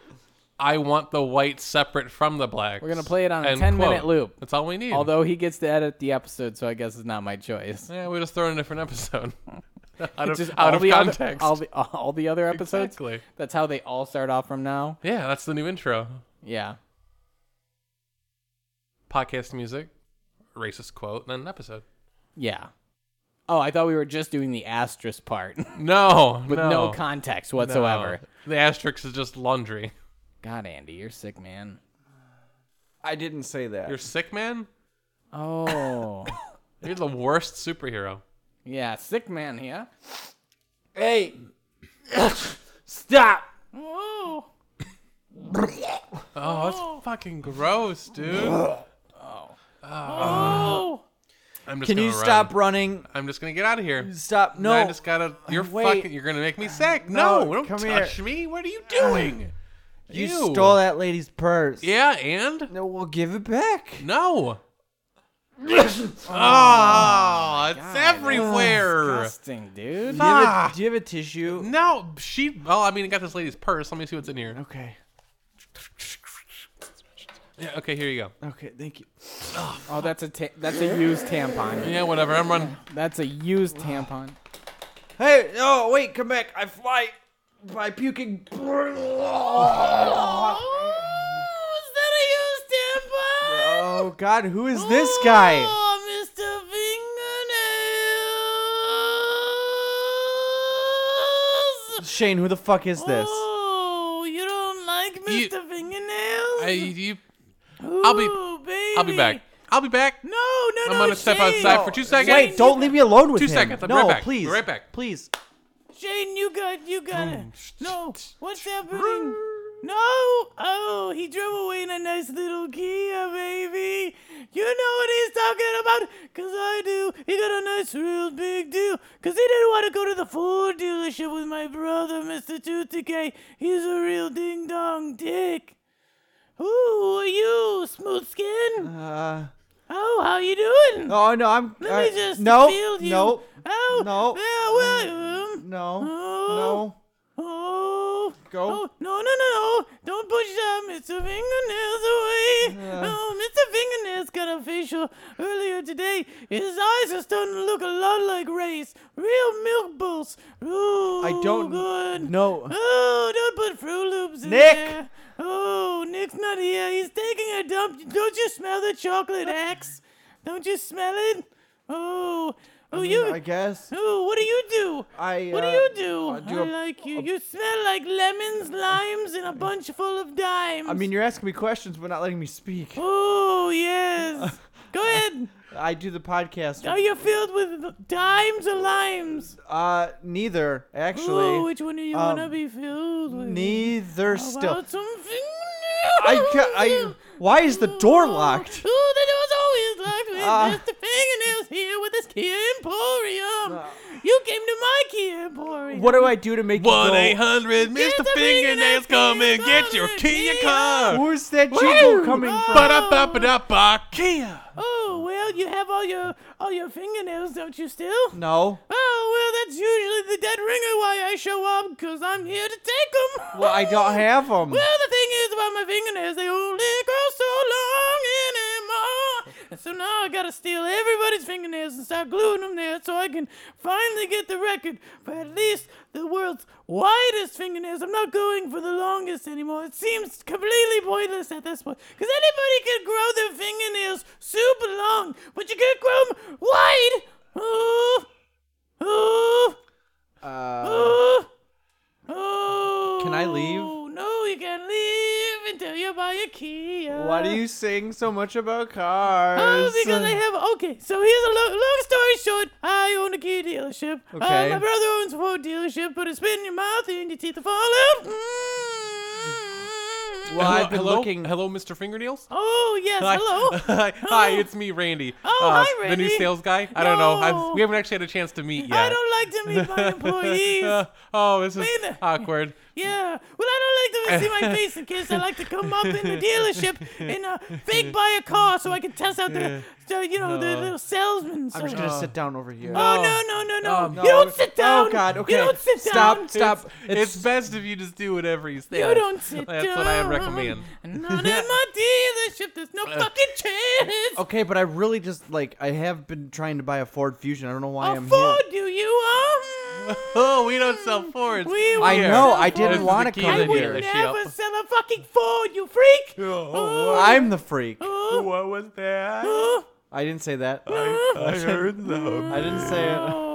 I want the whites separate from the blacks. We're gonna play it on a End 10 minute quote. loop. That's all we need. Although he gets to edit the episode, so I guess it's not my choice. yeah, we just throw in a different episode out of, Just out all of the other- context. all, the, all the other episodes. Exactly. That's how they all start off from now. yeah, that's the new intro. Yeah. Podcast music, racist quote, and then an episode. Yeah. Oh, I thought we were just doing the asterisk part with No, with no, context whatsoever. The asterisk is just laundry. God, Andy, you're sick, man. I didn't say that. You're sick, man. Oh, You're the worst superhero. yeah, sick man here. hey, stop. Oh, Oh, that's fucking gross, dude. Oh. I'm just Oh. Can gonna you run. stop running? I'm just gonna get out of here. Stop. No. I just gotta. You're Wait. fucking. You're gonna make me sick. No, No, don't come touch here. me. What are you doing? you Ew. stole that lady's purse. Yeah, and No, we'll give it back. no. Ah, oh, it's everywhere. disgusting, dude. Do you, have Ah. a, do you have a tissue? No, she. Well, I mean, I got this lady's purse. Let me see what's in here. Okay. Yeah, okay, here you go. Okay. Thank you. Oh, that's a ta- that's a used tampon. Yeah, whatever. I'm running. That's a used tampon. Hey. Oh, wait. Come back. I fly by puking. Oh, is that a used tampon? Oh God, who is this guy? Oh, Mr. Fingernails. Shane, who the fuck is this? Oh, you don't like You- Mr. Fingernails? I, you, I'll be. Ooh, baby. I'll be back. I'll be back. No, no, no. I'm gonna step outside for two seconds. Wait, don't leave me alone with Two him. seconds. I'll be no, right back. please. Be right back. Please. Shane, you got, you got it. No, what's happening? No! Oh, he drove away in a nice little Kia, baby. You know what he's talking about, 'cause I do. He got a nice, real big deal, 'cause he didn't want to go to the Ford dealership with my brother, Mr. Tooth Decay. He's a real ding dong dick. Who are you, smooth skin? Uh, Oh, how you doing? oh no, I'm. Let uh, me just no, feel you. no, Oh, no, yeah, well, um, no, Oh. no. Oh. Go. Oh, no, no, no, no. Don't push that Mr. Fingernails away. oh, Mr. Fingernails got a facial earlier today. His eyes are starting to look a lot like Ray's. Real milk bulls. Ooh, I don't good. know. Oh, don't put Fruit Loops in Nick! there. Oh, Nick's not here. He's taking a dump. Don't you smell the chocolate axe? Don't you smell it? Oh, oh, you. I guess Oh, what do you do? I. What do uh, you do? I, I do a- like you. you smell like lemons, limes, and a bunch full of dimes. I mean, you're asking me questions, but not letting me speak. oh yes. Go ahead. I do the podcast. Are you filled with dimes or limes? Uh, neither actually. Ooh, which one do you um, wanna be filled with? Neither How still. about something? I, ca- I. Why is the door locked? Ooh, the door's always locked with Ah. Mr. Fingernails here with his Kia Emporium. you came to my Kia Emporium. Ah. What do I do to make One you eight go? hundred Mr. the fingernails, Fingernails, come and get your come Kia and car. Where's that jingle coming Oh. from? Ba-da-ba-ba-da-ba, Kia. Oh well, you have all your all your fingernails, don't you still? No. Oh well, that's usually the dead ringer why I show up, cause I'm here to take 'em. Well, I don't have them. Well, the thing is about my fingernails, they only grow so long anymore. And so now I gotta steal everybody's fingernails and start gluing them there so I can finally get the record for at least the world's widest fingernails. I'm not going for the longest anymore. It seems completely pointless at this point. Because anybody can grow their fingernails super long, but you can't grow them wide. Ooh, ooh, Uh, ooh, ooh. Can I leave? Oh, No, you can't leave until you buy a Kia. Why do you sing so much about cars? Oh, because I have. Okay, so here's a long, long story short. I own a Kia dealership. Uh, Okay. my brother owns a Ford dealership, but it's been in your mouth and your teeth will fall out. Mm. Well, I've been hello, looking. Hello, Mr. Fingernails. Oh, yes, hello. Hi, hi, it's me, Randy. Uh, Oh, hi, The new Randy. sales guy. I don't know. No. I've, we haven't actually had a chance to meet yet. I don't like to meet my employees. oh, this is Wait a minute. awkward. Yeah. Well, I don't like to see my face in case I like to come up in the dealership and uh, fake buy a car so I can test out the, so, you know, the little salesman. I'm just gonna sit down over here. Oh no no no no! No, you don't no. sit down. Oh God! Okay. You don't sit Stop! down. Stop! It's, best if you just do whatever he's there. You don't sit That's down. what I recommend. Not in my dealership. There's no fucking chance. Uh, okay, but I really just like I have been trying to buy a Ford Fusion. I don't know why How I'm far here. do you um? Oh, we don't sell Fords. Mm. We I would Here. know. sell I This didn't is Fords. the wanna key come I in the would here. never dealership. sell a fucking Ford, you freak. Oh, I'm the freak. oh, What was that? oh, I didn't say that. I heard them. I didn't say it. oh.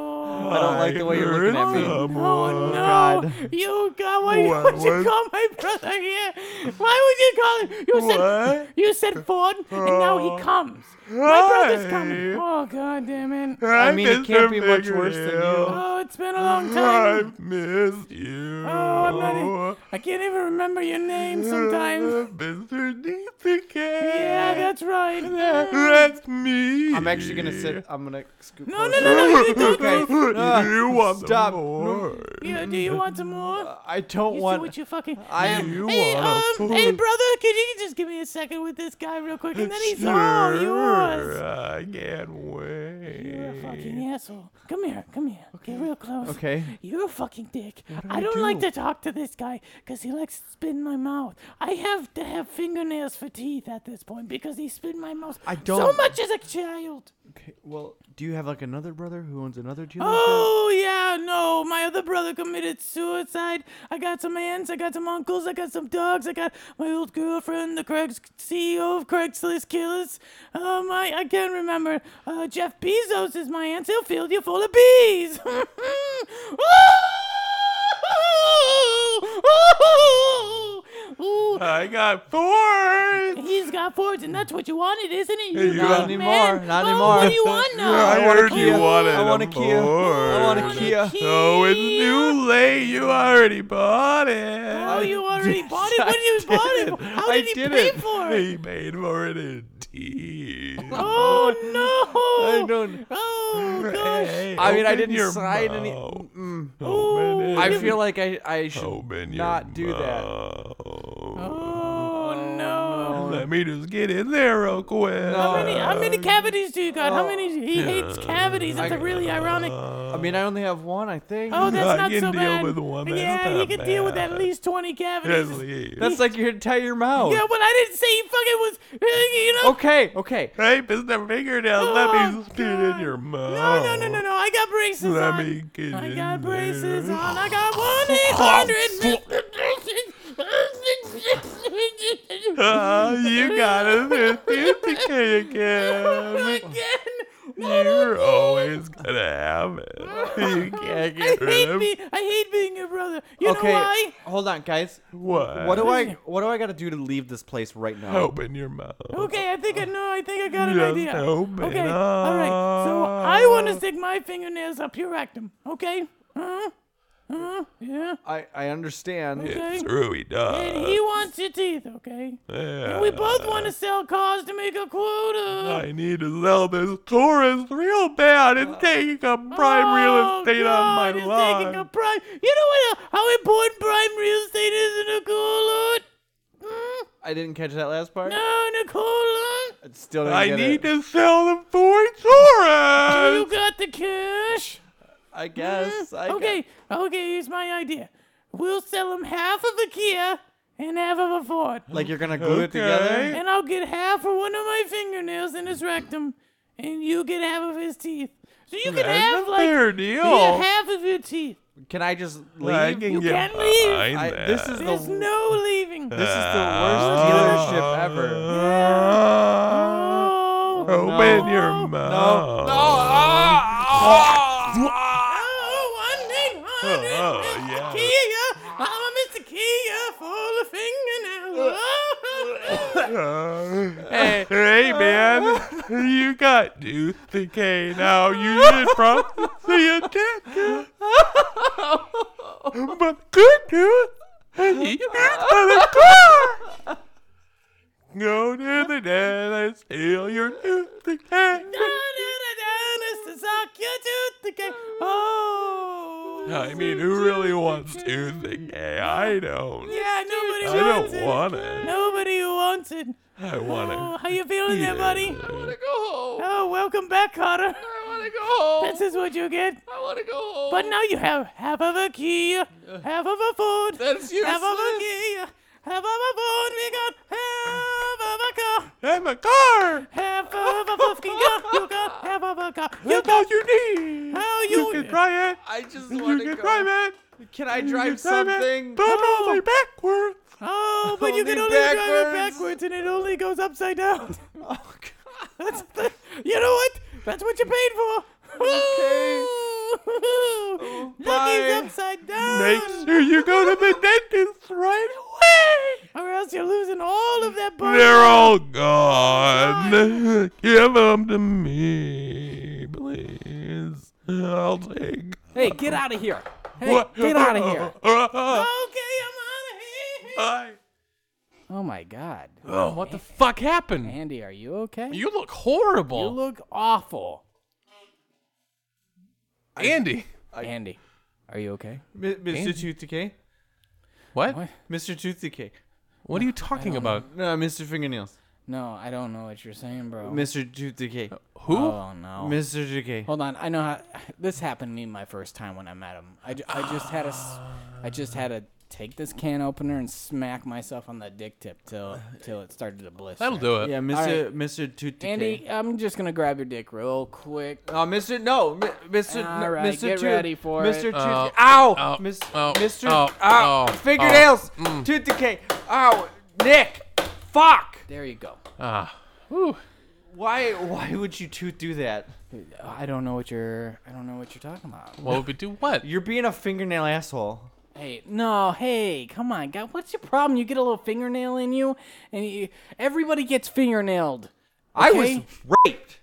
I don't like the way you're looking at me. Oh no! God. You God, why What would you was- call my brother here? Why would you call him? You said What? you said Ford, and now he comes. My brother's coming. Oh God damn it! I mean, it can't be much worse than you. Oh, it's been a long I time. miss you. Oh, I'm not. e- I can't even remember your name sometimes. Mr. Nitzike. Yeah, that's right. That's me. I'm actually gonna sit. I'm gonna scoot. No, no, closer. no, no! You don't Okay. Uh, leave. you want some Stop. Uh, more? Yeah, do you want some more? I don't You see want. what you fucking. I- Now, You hey, wanna um, hey, brother, could you just give me a second with this guy real quick, and then he's all yours. I can't wait. You're a fucking asshole. Come here, come here. Get real close. Okay. You're a fucking dick. I don't like to talk to this guy because he likes to spit in my mouth. I have to have fingernails for teeth at this point because he spit in my mouth I so don't- much as a child. Okay, well, do you have like another brother who owns another dealership? Oh yeah, no, my other brother committed suicide. I got some aunts, I got some uncles, I got some dogs, I got my old girlfriend, the Craig's CEO of Craigslist Killers. Um, I, I can't remember. Uh, Jeff Bezos is my aunt. He'll fill you full of bees. Ooh, I got four. he's got forts, and that's what you wanted, isn't it? You Not got- anymore, man. not Oh, anymore. What do you want now? I want a heard you Kia. wanted I want a them Kia. I want four. a Kia. Oh, it's too late. You already bought it. Oh, you already bought it? What did you I bought it? didn't. for? How I did he pay didn't. for it? He paid for it in tea. Oh no! I don't. Oh gosh! I mean, I didn't your sign any- Mm, mouth. Ooh. Open it. I feel like I, I should Oh, Open your not do that. mouth. Oh no! Let me just get in there real quick. How many, how many cavities do you got? How Oh. many? He hates cavities. That's a really ironic. I mean, I only have one, I think. Oh, that's Uh, I not can so deal bad. with one. That's yeah, he not can deal with bad. at least twenty Yes, cavities. he- That's like you're tie your mouth. Yeah, but I didn't say he fucking was. You know. Okay, okay. Rape is the fingernail. Let Oh, me spit in God. your mouth. No, no, no, no, no! I got braces Let on. me get I in got braces there. on. I got one eight hundred. Ah, you got a 50k again. again. You're always gonna have it. You can't Mm. I get rid hate of me. I hate being your brother. You okay. know why? Hold on, guys. what? What do I what do I got to do to leave this place right now? Open your mouth. Okay, I think I know. I think I got an Just idea. open okay, all right. So I want to stick my fingernails up your rectum. Okay. Huh? Huh? Yeah. I I understand. Okay. It's true, he And does. he wants your teeth. Okay. Yeah. And we both want to sell cars to make a quota. I need to sell this tourist real bad. It's taking up prime real Oh, estate God, on my it's lawn. Taking a prime. You know what? uh, How important prime real estate is in a coolant. Hmm? I didn't catch that last part. No, Nicola. I still didn't I get need it. to sell them for tourists. You got the cash? Hmm? I guess. I got- okay, okay, here's my idea. We'll sell him half of a Kia and half of a Ford. like you're gonna glue it Okay. together. And I'll get half of one of my fingernails in his rectum, and you get half of his teeth. So you can That's have a like fair you deal. get half of your teeth. Can I just leave? I can You get can't leave. behind I- that. this is the There's no leaving. this is the Uh, worst dealership ever. Ah, Oh, Open no. your mouth. Oh, one eight hundred. Oh, Mr. yeah. Kia, I'm a Mr. Kia full of Uh. fingernails. Oh. Hey, man, you got tooth decay now. You did probably see a dick. But good tooth, you got a car. Go to the dentist, steal your tooth decay. Oh. I mean, who really wants tooth decay? I don't. Yeah, nobody I wants don't it. want it. Nobody wants it. I want it. Oh, how you feeling there, buddy? I wanna go home. Oh, welcome back, Carter. I want to go home. This is what you get. I want to go home. But now you have half of a key, half of a food, That's half of a key, half of a food. We got half of a car, I'm a car. half of a fucking car. You got half of a car. You That's all you need. How You you- can try it. I just You want can try it. Can I You can drive drive something? It, but Oh. only backwards. Oh, but you can only Only drive it backwards. backwards Oh, and it only goes upside down. That's the, you know what? That's what you paid for. Okay. Look, bye. he's upside down. Make sure you go to the dentist right away. Or else you're losing all of that bone. They're all gone. Give them to me, please. I'll take. Hey, get out of here. Hey, What? get out of here. Uh, Okay, I'm out of here. I- Oh my God. Oh, what the fuck happened? Andy, are you okay? You look horrible. You look awful. Andy. Andy, are you okay? Mi- Mr. Tooth Decay. What? What? What, Mr. Tooth Decay. are you talking about? No, Mr. Fingernails. No, I don't know what you're saying, bro. Mr. Tooth Decay. Who? Oh no. Mr. Decay. Hold on, I know how this happened to me my first time when I met him. I, ju- I just had a, s- I just had to take this can opener and smack myself on the dick tip till till it started to blister. That'll do it. Yeah, Mr. Mr. Tooth Decay. Andy, I'm just gonna grab your dick real quick. Oh, Mr. No, mi- Mr. All no, right, Mr. get Tooth, ready for Mr. it. Tooth. Oh, ow, oh, Mis- oh, Mr. oh, ow, oh, mm. fingernails, tooth decay. Ow, Nick, fuck. There you go. Ah. Why, why would you tooth do that? I don't know what you're, I don't know what you're talking about. Well, we do what? You're being a fingernail asshole. Hey, no, hey, come on, God, what's your problem? You get a little fingernail in you, and you, everybody gets fingernailed. I was okay? raped.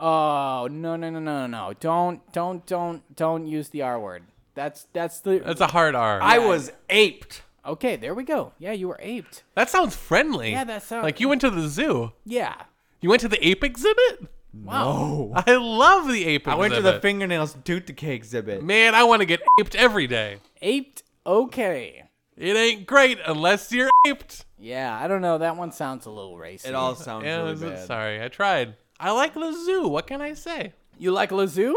Oh no no no no no, no! Don't don't don't don't use the R word. That's that's the That's a hard R. I was aped. okay. There we go. Yeah, you were aped. that sounds friendly. Yeah, that sounds- like you went to the zoo. Yeah. You went to the ape exhibit. Wow. I love the ape. I went to the fingernails toot decay exhibit. man. I want to get aped every day. Aped. Okay. It ain't great unless you're aped. Yeah, I don't know. That one sounds a little racist. It all sounds Yeah, really is it- bad. sorry, I tried. I like the zoo. What can I say? You like Lazoo?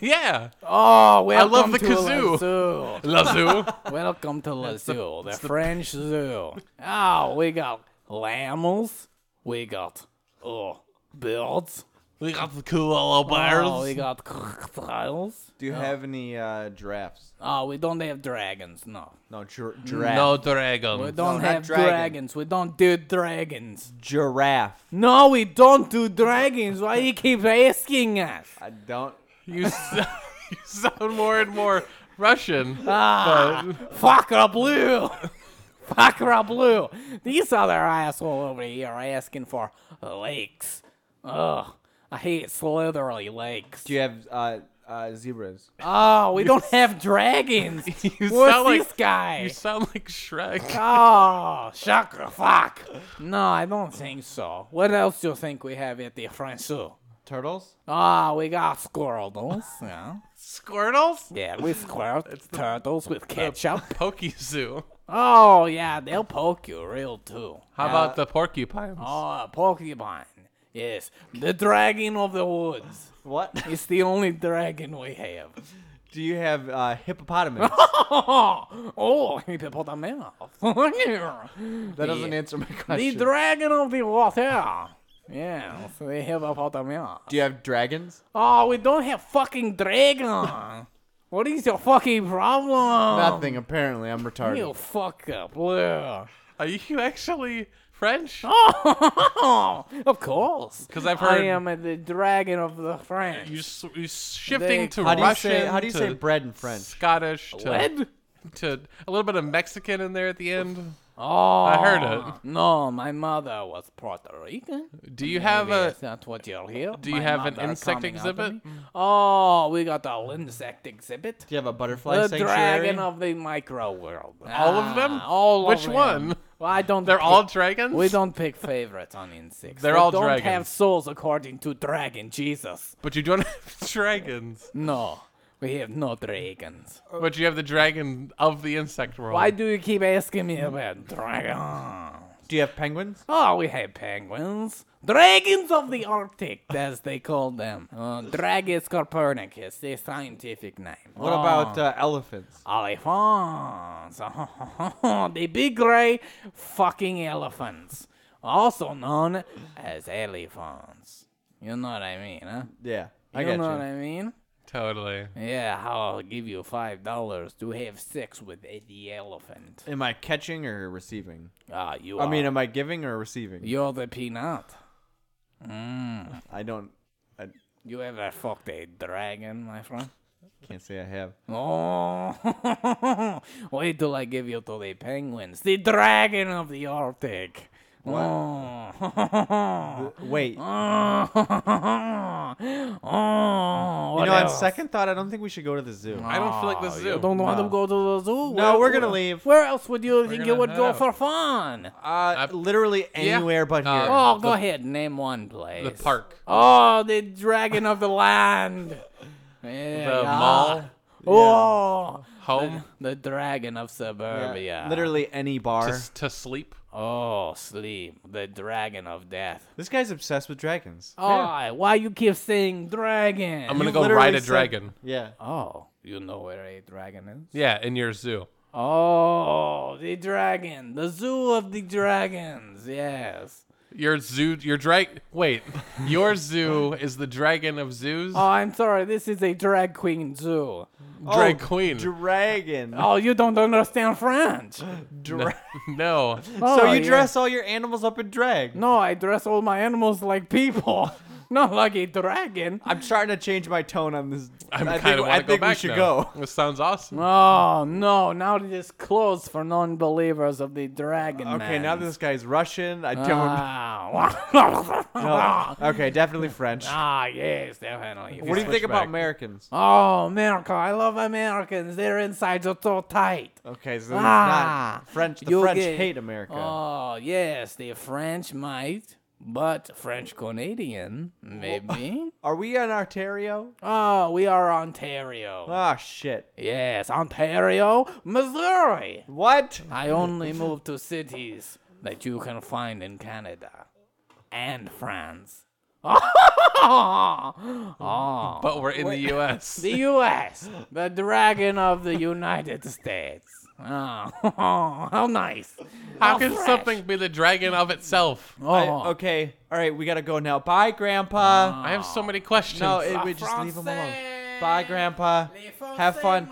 Yeah, oh, welcome love the to kazoo. Lazoo. the zoo. Welcome to La Zoo, the, French zoo. Oh, we got llamas. We got oh birds. we got the cool little Oh, we bears. got crocodiles. Do you have any uh, giraffes? Oh, we don't have dragons. No, No, gir- giraffe. no we dragon. don't not have dragon. dragons. We don't do dragons. giraffe. No, we don't do dragons. Why do you keep asking us? I don't. You, s- you sound more and more Russian. Ah, fucker blue. fucker blue. These other asshole over here are asking for lakes. Ugh. I hate slithery lakes. Do you have uh, uh, zebras? Oh, we don't have dragons. You What's sound like this guy? you sound like Shrek. Oh, shaka fuck. No, I don't think so. What else do you think we have at the French zoo? Turtles? Ah, we got squirrels. Yeah, Squirtles. yeah we squirrel turtles with ketchup. Pokey Zoo. Oh, yeah, they'll poke you real too. How about the porcupines? Oh, a porcupine. Yes, the dragon of the woods. What? It's the only dragon we have. Do you have uh, hippopotamus? Oh, oh hippopotamus. That doesn't Yeah. answer my The question. dragon of the water. Yeah, we have a potamia. Do you have dragons? Oh, we don't have fucking dragon. what is your fucking problem? Nothing. Apparently, I'm You retarded. fuck up, blue. Are you actually French? Oh, of course. 'Cause I've I heard- am the dragon of the French. You s- you shifting They- to How do you Russian. say? How do you to say bread in French? Scottish to, Lead? to a little bit of Mexican in there at the end. Oh, I heard No, my mother was Puerto Rican. Do you have Maybe a that's not what you'll hear. Uh, do you My have an mother insect coming out to exhibit? me. Oh, we got the insect exhibit. Do you have a butterfly the sanctuary? dragon of the micro world. All of them? Ah, All Which of them. one? Well, I don't. They're pick- all dragons? We don't pick favorites on insects. They're They all don't dragons. have souls according to dragon Jesus. But you don't have dragons. No, we have no dragons. But you have the dragon of the insect world. Why do you keep asking me about dragons? Do you have penguins? Oh, we have penguins. Dragons of the Arctic, as they call them. Uh, Dragus Copernicus, the scientific name. What about uh, elephants? Ah. Elephants. the big gray fucking elephants. Also known as elephants. You know what I mean, huh? Yeah, I you got know what you. I mean? Totally. Yeah, I'll give you five dollars to have sex with the elephant. Am I catching or receiving? Ah, you I are. mean, am I giving or receiving? you're the peanut. I don't. I You ever fucked a dragon, my friend? can't say I have. Ah. Oh, wait till I give you to the penguins, the dragon of the Arctic. Oh. Wait. You oh, what know, on else? second thought, I don't think we should go to the zoo. I don't feel like the Oh, zoo. You don't want to No. go to the zoo? No, Where- we're gonna where- leave. Where else would you think you gonna would head go out. for fun? Uh, literally anywhere but here. Uh, Oh, go ahead, name one place. the park. Oh, the dragon of the land. Yeah, The God. mall. Oh, Home. the dragon of Yeah, suburbia. Literally any bar. To, s- to sleep. Oh, sleep, the dragon of death. This guy's obsessed with dragons. Oh, why you keep saying dragon? I'm gonna You go literally ride a said- dragon. Yeah. Oh, you know where a dragon is? Yeah, in your zoo. Oh, the dragon, the zoo of the dragons. Yes. Your zoo your drag wait. Your zoo is the dragon of zoos? Oh, I'm sorry. This is a drag queen zoo. Drag Oh, queen. Dragon. Oh, you don't understand French. Dra- no. Oh, so you yeah. dress all your animals up in drag. No, I dress all my animals like people. Not like a dragon. I'm starting to change my tone on this. I'm I kind think, of I want to go think back we should now. go. This sounds awesome. Oh no! Now it is closed for non-believers of the dragon. Okay, man. now this guy's Russian. I don't. Ah. okay, definitely French. ah, yes, definitely. What do you think about Americans? Oh, America! I love Americans. Their insides are so tight. Okay, so it's Ah, not French. The you French get- hate America. Oh, yes, the French might, but French Canadian maybe. Are we in Ontario? oh, we are Ontario. Ah, shit. Yes, Ontario, Missouri. What? I only move to cities that you can find in Canada and France. Oh, But we're in the U.S. the U.S., the dragon of the United States. Oh, how nice. How can fresh. something be the dragon of itself? Oh, I- okay. All right, we gotta go now. Bye, Ah. Grandpa. I have so many questions. no, it, we just leave him alone. Bye, Grandpa. Have fun.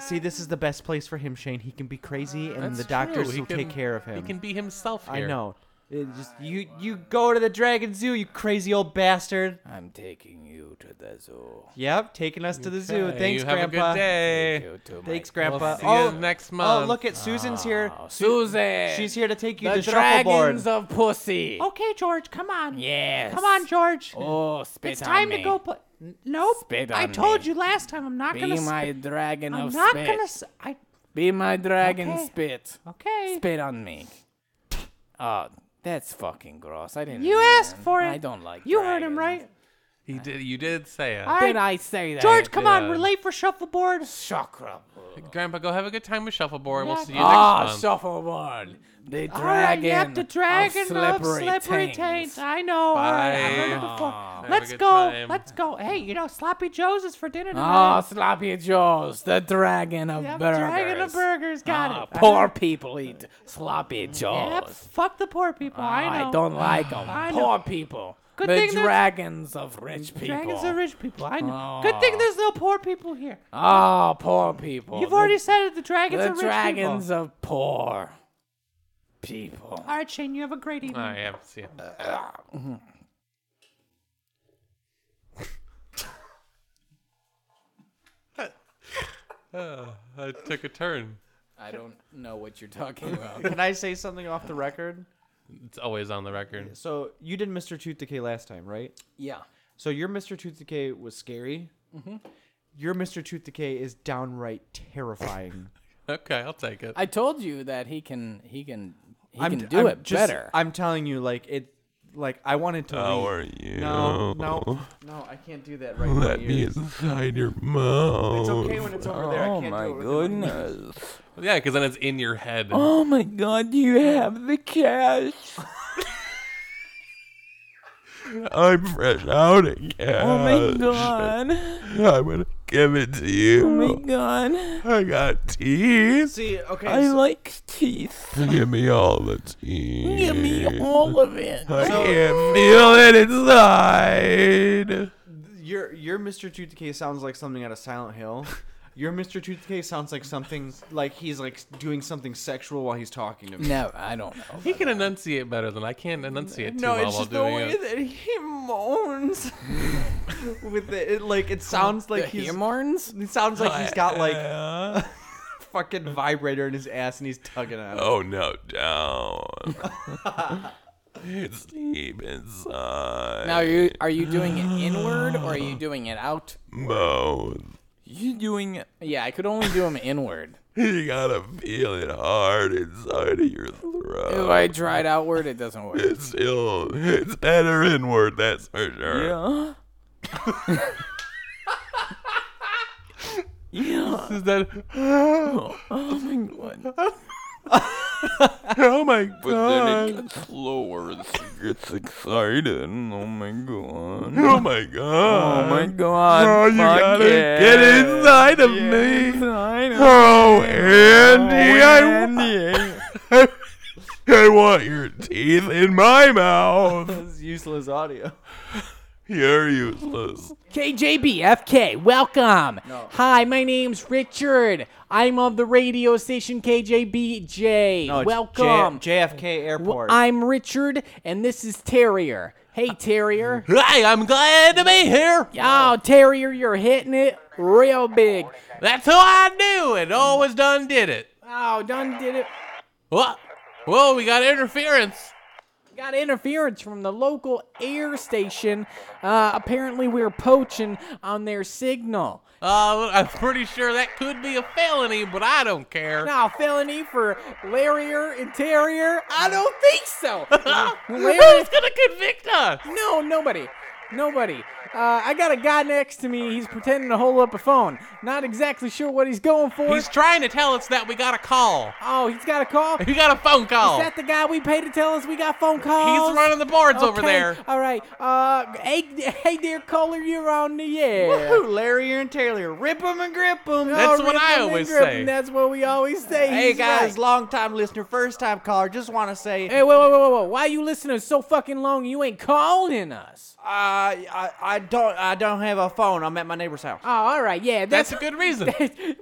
See, this is the best place for him, Shane. He can be crazy, and That's the doctors true. He will can- take care of him. He can be himself I here. know. It just you. You go to the Dragon Zoo, you crazy old bastard. I'm taking you to the zoo. Yep, taking us to the zoo. Hey, Thanks, you have Grandpa. a good day. You to my- Thanks, Grandpa. See oh, you next month. oh, look at Susan's here. Oh, Susan. She's here to take you the to dragons shuffleboard. of pussy. Okay, George, come on. Yes. Come on, George. Oh, spit it's on time me. to go play. Nope. Spit I on told me. you last time I'm not Be gonna. my spit. dragon I'm of not spit. gonna. s- I. Be my dragon Okay. spit. Okay. Spit on me. Oh, that's fucking gross. I didn't. You mean asked that. for it. I don't like. You heard him dragons. right. He did. You did say it. All Did right, I say that? George, come on. We're uh, Yeah. late for shuffleboard. Chakra. Um, Grandpa, go have a good time with shuffleboard. We'll see you Ah, next month. shuffleboard. The dragon. All right, yep, the dragon of slippery, taints. taints. I know. All right, I heard it Bye. before. Have a Let's good go. time. Let's go. Hey, you know, sloppy joes is for dinner Ah, tonight. sloppy joes. The dragon of Yep, burgers. dragon of burgers. Got Ah, it. Poor people eat sloppy I- joes. Yep. Fuck the poor people. I Ah, I, know. don't like them. I know. Poor people. Good the thing there's- dragons of rich people. Dragons are rich people. I know. Ah. Good thing there's no poor people here. Oh, poor people. You've The- already said it. The dragons The are rich dragons people. of poor people. All right, Shane, you have a great evening. All right, yeah, see you. Uh, I took a turn. I don't know what you're talking about. Can I say something off the record? It's always on the record. So you did Mr. Tooth Decay last time, right? yeah. Mm-hmm. So your Mr. Tooth Decay was scary. Your Mr. Tooth Decay is downright terrifying. Okay, I'll take it. I told you that he can he can he I'm can do I'm it just- better. I'm telling you, like it, like I wanted to. How leave. are you? No, no, no! I can't do that right now. Let me inside your mouth. It's okay when it's over there. I can't do it with my goodness. Yeah, because then it's in your head. Oh my god, you have the cash. I'm fresh out of cash. Oh I'm gonna give it to you. Oh god. I got teeth. See, okay. so, like teeth. Give me all the teeth. all of it. I can't feel it inside. your your Mr. Tooth Decay sounds like something out of Silent Hill. Your Mr. Tooth Decay sounds like something like he's like doing something sexual while he's talking to me. No, I don't know. He can enunciate better than I can enunciate too No, well it's while just the doing way it. that he moans with it. it. Like it sounds like the he's. Hemorns? It sounds like he's got like fucking vibrator in his ass and he's tugging on it. Oh no, down. it's deep inside. Now, are you, are you doing it inward or are you doing it out? Both. You doing it. Yeah, I could only do them inward. You gotta feel it hard inside of your throat. If I tried outward, it doesn't work. It's still, it's better inward, that's for sure. Yeah. This is that. Oh my god. Oh my god. Then it gets slower as it gets excited. Oh my god. oh my god. god. Oh, you gotta get inside of me. Oh, Andy, I, I want your teeth in my mouth. This is useless audio. You're useless. KJBFK, welcome. Hi, my name's Richard. I'm of the radio station KJBJ. No, Oh, it's welcome. J- JFK Airport. I'm Richard, and this is Terrier. Hey, Uh, Terrier. Hi, I'm glad to be here. Oh, Terrier, you're hitting it real big. That's who I knew and always done did it. Oh, done did it. What? Whoa, we got interference. Got interference from the local air station. Uh, apparently, we are poaching on their signal. Uh, I'm pretty sure that could be a felony, but I don't care. Now, felony for Larrier and Terrier? I don't think so. Larry, Who's gonna convict us? no, nobody. Nobody. Uh, I got a guy next to me. He's pretending to hold up a phone. Not exactly sure what he's going for. He's trying to tell us that we got a call. oh, he's got a call. We got a phone call. Is that the guy we paid to tell us we got phone calls? oh. He's running the boards over Okay, there. All right. Uh, hey, hey, dear caller, you're on the air. Woohoo, Larry and Taylor. Rip them and grip them. That's Oh, what I rip 'em and always grip say. 'em, That's what we always say. Hey He's guys, right. long time listener, first time caller. Just want to say, uh, Hey, whoa, whoa, whoa, whoa! Why you listening so fucking long? and You ain't calling us. uh, I I don't I don't have a phone. I'm at my neighbor's house. Oh, all right, yeah, that's, That's a good reason.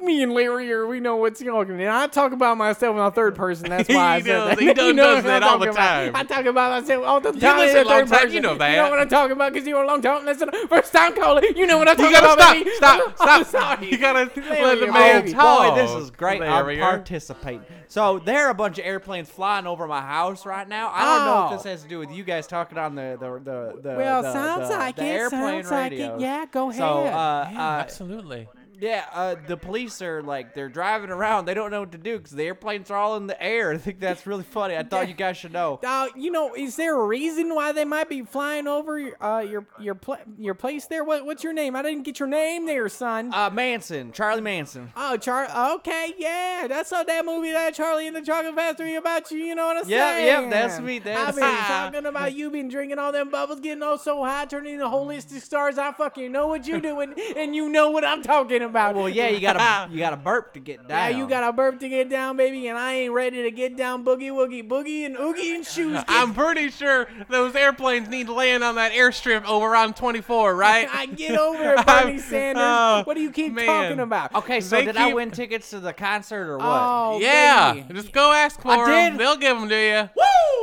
me and Larry are. We know what's going on. I talk about myself in the third person. That's He why I said knows- that. he You done know does what that I'm all the talking about. time. I talk about myself all the time in listen the long time, third you person. know You know that. what I'm talking about because you were a long time listener, first time caller. You know what I'm You talking gotta about. stop, baby. stop, I'm stop. sorry. You gotta Larry, let the oh, man boy, talk. Boy, this is great. Larry. I'm participating. So there are a bunch of airplanes flying over my house right now. I don't know Oh. if this has to do with you guys talking on the the the the Well, the, sounds the, like the it. airplane Sounds like it. radios. Yeah, go So uh, ahead. Yeah, uh, absolutely. yeah, uh, the police are like they're driving around. They don't know what to do because the airplanes are all in the air. I think that's really funny. I thought you guys should know. Uh, you know, is there a reason why they might be flying over your uh, your your pla- your place there? What what's your name? I didn't get your name there, son. Uh, Manson, Charlie Manson. oh, Charlie. Okay, yeah, that's saw that movie that Charlie and the Chocolate Factory about you. You know what I'm Yep, saying? yep, that's me, that's- I've been talking about you been drinking all them bubbles, getting all so high, turning into holistic stars. I fucking know what you're doing, and you know what I'm talking about. Well, yeah, you gotta you gotta burp to get Yeah, down. you got a burp to get down, baby, and I ain't ready to get down boogie woogie boogie and oogie and shoes. Get I'm pretty sure those airplanes need to land on that airstrip over on 24, right? I get over it, Bernie I'm- Sanders. oh, what do you keep man. talking about? Okay, so They did I keep- win tickets to the concert or what? Oh, yeah, baby. just go ask for them. did. They'll give them to you.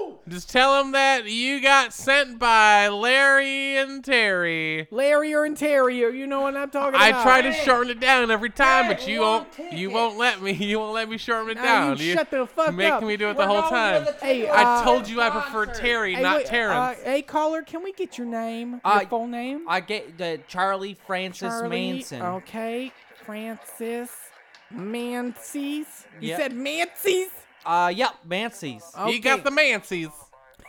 Woo! Just tell them that you got sent by Larry and Terry. Larry or Terrier, you know what I'm talking I about. try to shorten it down every time, but you won't. You won't let me. You won't let me shorten it Now down. you shut the fuck making up. me do it the whole time. Hey, I uh, told you I prefer Terry, hey, not wait, Terrence. uh, hey, caller, can we get your name? Uh, your full name? I get the Charlie Francis Charlie, Oh. Manson. Okay, Francis Mancy's. You Yep. said Mancy's? Uh, yep, Mancy's. Okay. You got the Mancy's.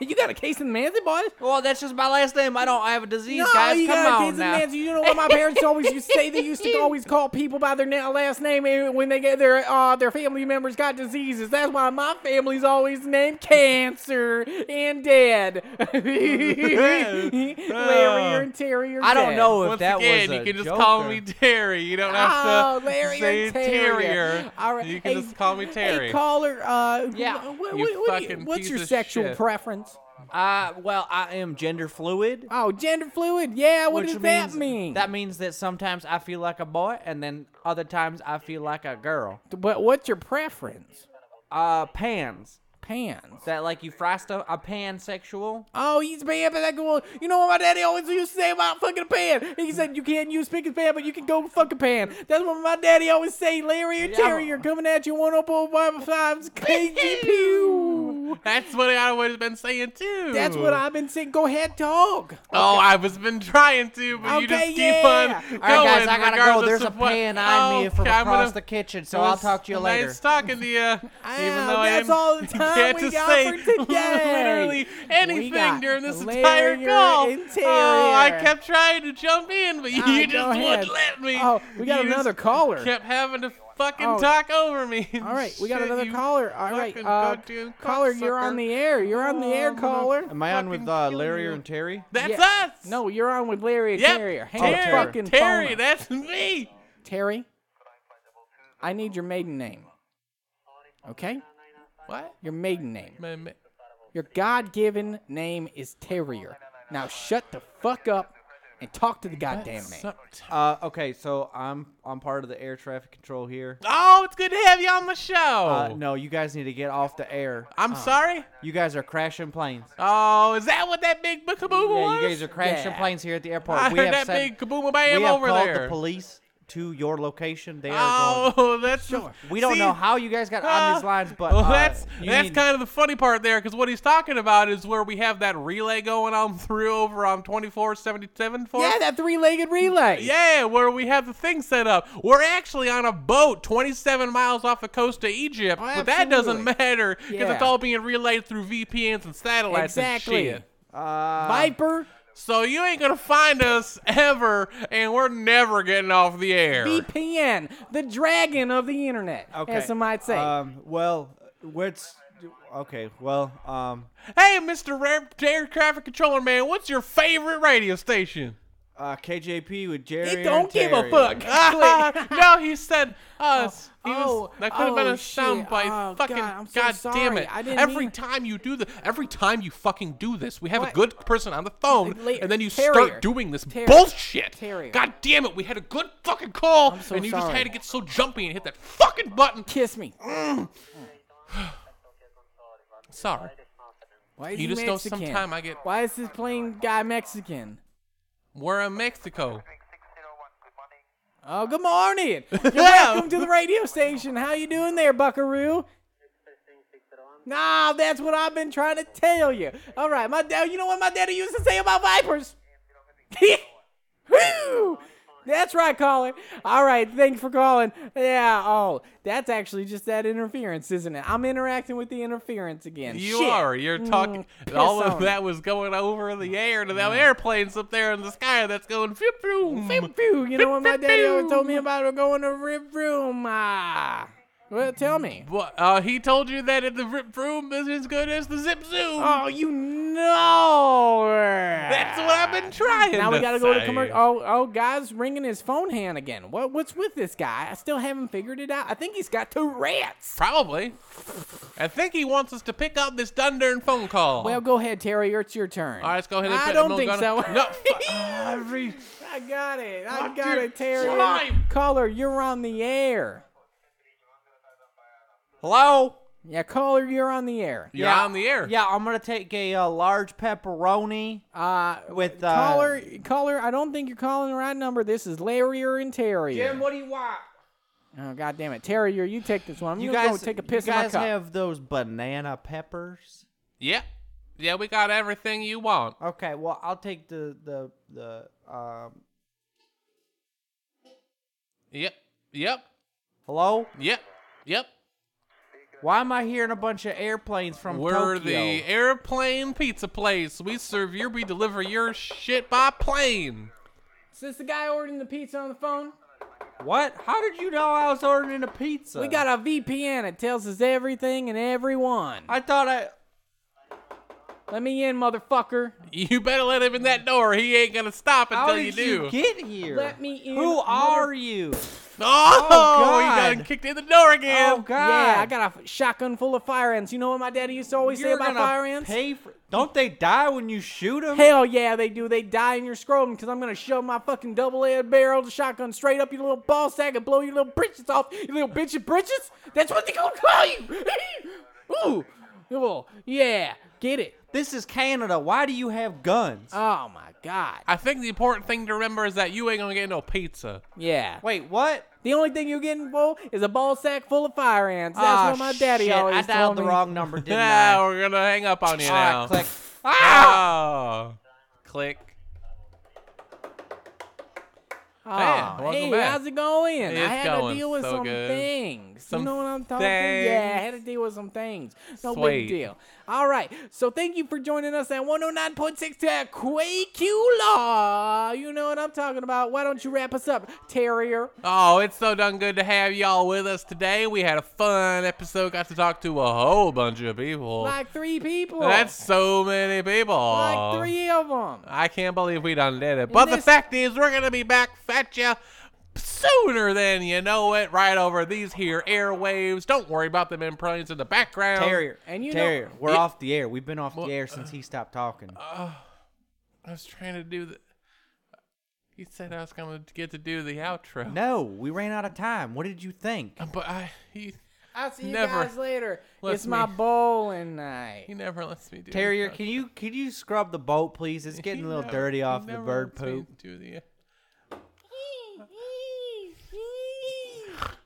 You got a case of the Mancy, boy? Well, that's just my last name. I don't. I have a disease, No, guys. you Come gotta on kids now. and Nancy. You know what my parents always used to say? They used to always call people by their na- last name eh, when they get their uh, their family members got diseases. That's why my family's always named cancer and dead. Oh. Larry and Terry are I dead. don't know if Once that again, was a you can just joke call or- me Terry. You don't have Oh, to Larry say and Terry. Terrier. All right. You can Hey, just call me Terry. Hey, caller. Uh, Yeah. wh- wh- You wh- what do you- fucking what's piece your of sexual shit. preference? Uh, well, I am gender fluid. Oh, gender fluid. Yeah. What which does means, that mean? That means that sometimes I feel like a boy, and then other times I feel like a girl. but what's your preference? Uh, pans. Pants. Is that like you fry stuff? A pansexual? Oh, he's bad, but that girl. You know what my daddy always used to say about fucking a pan? He said you can't use pick a pan, but you can go fuck a pan. That's what my daddy always say. Larry and Yeah. Terry are coming at you one up over five fives KGPU. That's what I would have been saying too. That's what I've been saying. Go ahead, dog. Oh, I was been trying to, but you just Okay, keep yeah. on going. All right, guys, I gotta go. regardless There's a of what- pan eyeing me Oh, from okay, I'm across gonna- the kitchen, It so I'll was talking to you later. Nice talking to you. uh, even Ah, though that's I all the didn't time get we to got say for today. literally anything got during this Larry entire call. and Oh, I Terrier. kept trying to jump in, but Ah, you go just ahead. wouldn't let me. Oh, we got You just another caller. Kept having to fucking Oh. talk over me. All right, we got Shit, another you caller. All right, fucking uh, goddamn caller, you're cocksucker. on the air. You're on the air, caller. Am I on with uh, Larry and Terry? That's Yeah. us. No, you're on with Larry and Yep. Terry. Hang Terry, the Terry, fucking phone up. that's me. Terry, I need your maiden name. Okay? What? Your maiden name. My ma- Your God given name is Terrier. Now shut the fuck up and talk to the goddamn man. Uh, okay, so I'm I'm part of the air traffic control here. Oh, it's good to have you on the show. Uh, no, uh. you guys need to get off the air. I'm sorry. You guys are crashing planes. Oh, is that what that big kaboom was? Yeah, you guys are crashing planes here at the airport. I we heard that have big sent- kaboom bam we have over called there. the police to your location. They are going. oh, that's sure. We don't know how you guys got on these lines, but Well, uh, that's you that's need- kind of the funny part there, because what he's talking about is where we have that relay going on through over on twenty four seventy seven for. Yeah, that three-legged relay. Yeah, where we have the thing set up. We're actually on a boat 27 miles off the coast of Egypt, but that doesn't absolutely. matter because it's Yeah. all being relayed through VPNs and satellites and exactly. shit. Uh, Viper, So you ain't gonna find us ever, and we're never getting off the air. VPN, the dragon of the internet, as some might say. Uh, Um, well, what's okay? Well, um, Hey, Mr. Air, Air Traffic Controller Man, what's your favorite radio station? uh, KJP with Jerry. it and don't give a Terry. fuck. Click. no, he said us. he was, oh, that could have been oh, a soundbite. shit. Oh, fucking God, god, I'm so damn sorry. it! I didn't every mean- time you do this, every time you fucking do this, we have a What? good person on the phone, La- and then you Terrier. start doing this Terrier. bullshit. Terrier. God damn it! We had a good fucking call, I'm so and you just sorry. had to get so jumpy and hit that fucking button. Kiss me. Sorry. Why is You he just know Mexican? sometime I get- Why is this plain guy Mexican? We're in Mexico. Oh, good morning. You're Yeah. welcome to the radio station. How you doing there, Buckaroo? Nah, that's what I've been trying to tell you. All right, my dad. You know what my daddy used to say about vipers? Whew! That's right, caller. All right, thanks for calling. Yeah. Oh, that's actually just that interference, isn't it? I'm interacting with the interference again. You Shit. Mm, are. You're talking. piss all of on Mm. that was going over the air to them airplanes up there in the sky that's going. Phew, phew, Pew, pew. You know what my daddy always told me about going to rip room? Ah. Well, tell me. What? Uh, he told you that in the rip room is as good as the zip zoom. Oh, you know. her. That's what I've been trying. Now we to gotta go to say. commercial. Oh, oh, guys, ringing his phone hand again. What, what's with this guy? I still haven't figured it out. I think he's got Tourette's. Probably. I think he wants us to pick up this Dundurn phone call. Well, Oh, go ahead, Terry. It's your turn. all right, let's go ahead. And I put- don't we'll think go so. to- No. fu- Every. I got it. I Oh, got dude, it, Terry. time. Caller, you're on the air. Hello. Yeah, caller, you're on the air. You're on the air. Yeah, I'm gonna take a uh, large pepperoni Uh, with uh, caller, caller, I don't think you're calling the right number. This is Larry or in Terry. what do you want? Oh God damn it, Terrier! You take this one. I'm You gonna guys go take a piss You in my guys cup. have those banana peppers. Yeah. Yeah, we got everything you want. Okay, well I'll take the the the um. Yep. Yep. Hello. Yep. Yep. Why am I hearing a bunch of airplanes from We're Tokyo? the airplane pizza place. We serve your, we deliver your shit by plane. Is this the guy ordering the pizza on the phone? What? How did you know I was ordering a pizza? We got a VPN. It tells us everything and everyone. I thought I. Let me in, motherfucker. You better let him in that door. He ain't gonna stop How until did you do. you get here? Let me in. Who mother- are you? Oh, Oh, he God. done kicked in the door again. Oh God! Yeah, I got a f- shotgun full of fire ants. You know what my daddy used to always say You're about gonna fire ants? Pay for, don't they die when you shoot them? Hell yeah, they do. They die in your scrotum because I'm gonna shove my fucking double-edged barrel of shotgun straight up your little ball sack and blow your little britches off. Your little bitchin' britches. That's what they gonna call you. Ooh, oh yeah, get it. This is Canada. Why do you have guns? Oh my god. I think the important thing to remember is that you ain't gonna get no pizza. Yeah. Wait, what? The only thing you're getting full is a ball sack full of fire ants. That's Ah, what my daddy shit, always I dialed told the me. wrong number, didn't Yeah, I? we're gonna hang up on you now. All right, click. Ah! Click. Oh, Yeah, Ah, welcome hey, back. how's it going? I It's had going to deal with so some good. things. Some you know what I'm talking about? Yeah, I had to things. deal with some things. No Sweet. big deal. All right. So thank you for joining us at 109.6 to Quakula. You know what I'm talking about. Why don't you wrap us up, Terrier? Oh, it's so done good to have y'all with us today. We had a fun episode. Got to talk to a whole bunch of people. Like three people. That's so many people. like three of them. I can't believe we done did it. But the this- fact is, we're gonna be back at ya sooner than you know it, right over these here airwaves. Don't worry about them implanes in the background. Terrier. And you know- Terrier. we're Yeah. off the air. We've been off the air since he stopped talking. I was trying to do the. He said I was going to get to do the outro. No, we ran out of time. What did you think? But I, he, I'll see you Never guys later. lets It's my me- bowling night. he never lets me do Terrier, the can you can you scrub the boat, please? It's getting a little dirty off the bird poop. Do the.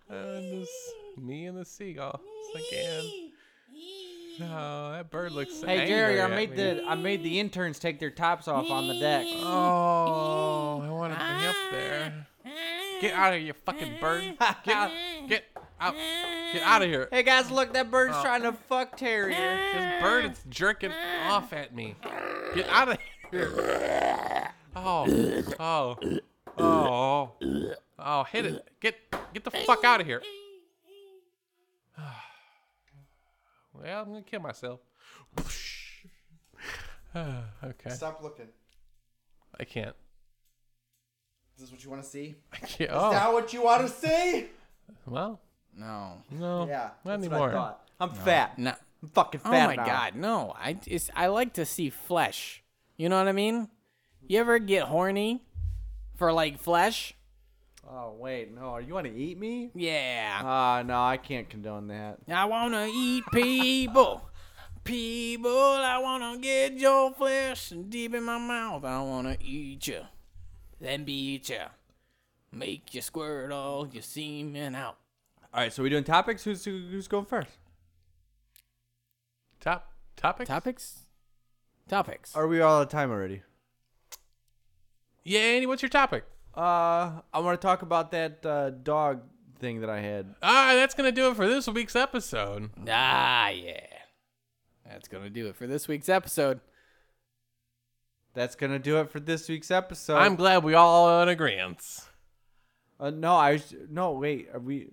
And this- me and the seagull again. No, that bird looks. so Hey Jerry, I angry at made me. the I made the interns take their tops off on the deck. Oh, I want to be up there. Get out of here, you fucking bird. Get, get out. Get out of here. Hey guys, look, that bird's Oh. trying to fuck Terrier. This bird is jerking off at me. Get out of here. Oh, oh, oh, oh, hit it. Get, get the fuck out of here. Well, I'm gonna kill myself. okay. Stop looking. I can't. Is this what you want to see? I Is can't. Oh, that what you want to see? well, No. no. Yeah, Not That's what I anymore. thought. I'm fat. No. I'm fucking Oh fat. my now. god, no. I it's, I like to see flesh. You know what I mean? You ever get horny for like flesh? Oh wait, no, you want to eat me? Yeah. Ah, no, I can't condone that. I wanna eat people. People, I wanna get your flesh deep in my mouth. I wanna eat you, then beat you, make you squirt all your semen out. All right, so we doing topics. Who's who- who's going first? Top topic. Topics? Topics. Are we all out of time already? Yeah, Andy. What's your topic? Uh, I want to talk about that uh, dog thing that I had. All right, that's gonna do it for this week's episode. Ah, yeah. That's gonna do it for this week's episode. That's gonna do it for this week's episode. I'm glad we all are in agreement. Uh, no, I was, no wait. Are we?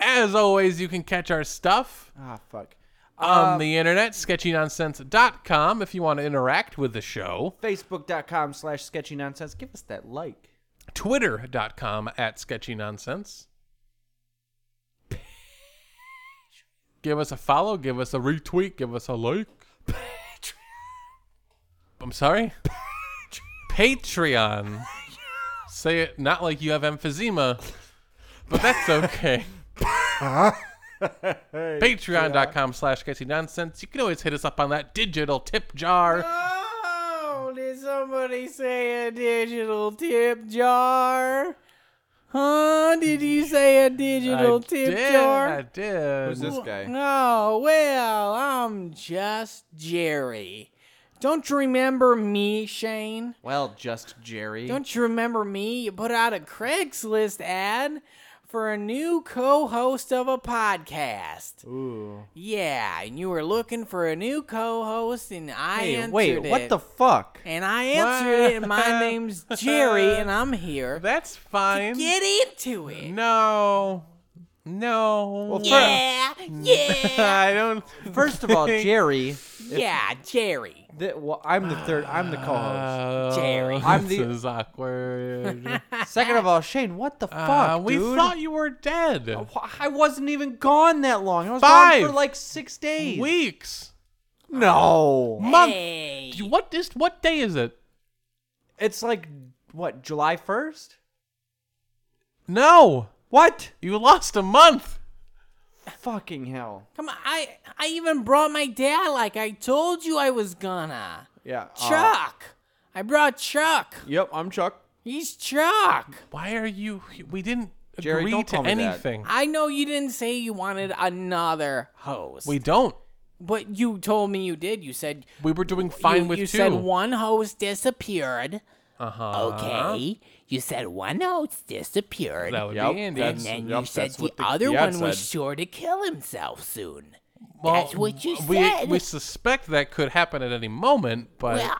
As always, you can catch our stuff Ah, fuck. on the internet, sketchynonsense.com, if you want to interact with the show, Facebook.com slash sketchy nonsense. Give us that like. twitter.com at sketchynonsense. Give us a follow, give us a retweet, give us a like. I'm sorry? Patreon. Say it not like you have emphysema, but that's okay. Patreon.com slash Casey Nonsense. You can always hit us up on that digital tip jar. Oh, did somebody say a digital tip jar? Huh? Did you say a digital I tip did, I jar? did. Who's this guy? Oh, well, I'm just Jerry. Don't you remember me, Shane? Well, just Jerry. Don't you remember me? You put out a Craigslist ad for a new co host of a podcast. Ooh. Yeah, and you were looking for a new co host, and I Hey, answered wait, it. what the fuck? And I answered it, and my name's Jerry, and I'm here. That's fine. Get into it. No. No. Well, fir- Yeah, yeah, I don't. first of all, Jerry. yeah, Jerry. Th- well, I'm the third. I'm the co-host. Oh, Jerry. I'm this the- is awkward. Second of all, Shane, what the uh, fuck, we dude? thought you were dead. Oh, Wh- I wasn't even gone that long. I was gone Five for like six days. Weeks. no, Um, Month. Hey. What is? What day is it? it's like what July first. No. What? You lost a month. Fucking hell. Come on, I I even brought my dad like I told you I was gonna. Yeah. Oh. uh, Chuck. I brought Chuck. yep, I'm Chuck. He's Chuck. Why are you? We didn't Jerry, agree don't to call me that. anything. I know you didn't say you wanted another host. We don't. but you told me you did. You said We were doing fine you, with you two. said one host disappeared. uh-huh. Okay. You said one host disappeared. That would Yep, be Andy. and that's- then yep, you said that's the what the- other the ad one was said. sure to kill himself soon. Well, That's what you we, said. We suspect that could happen at any moment, but Well,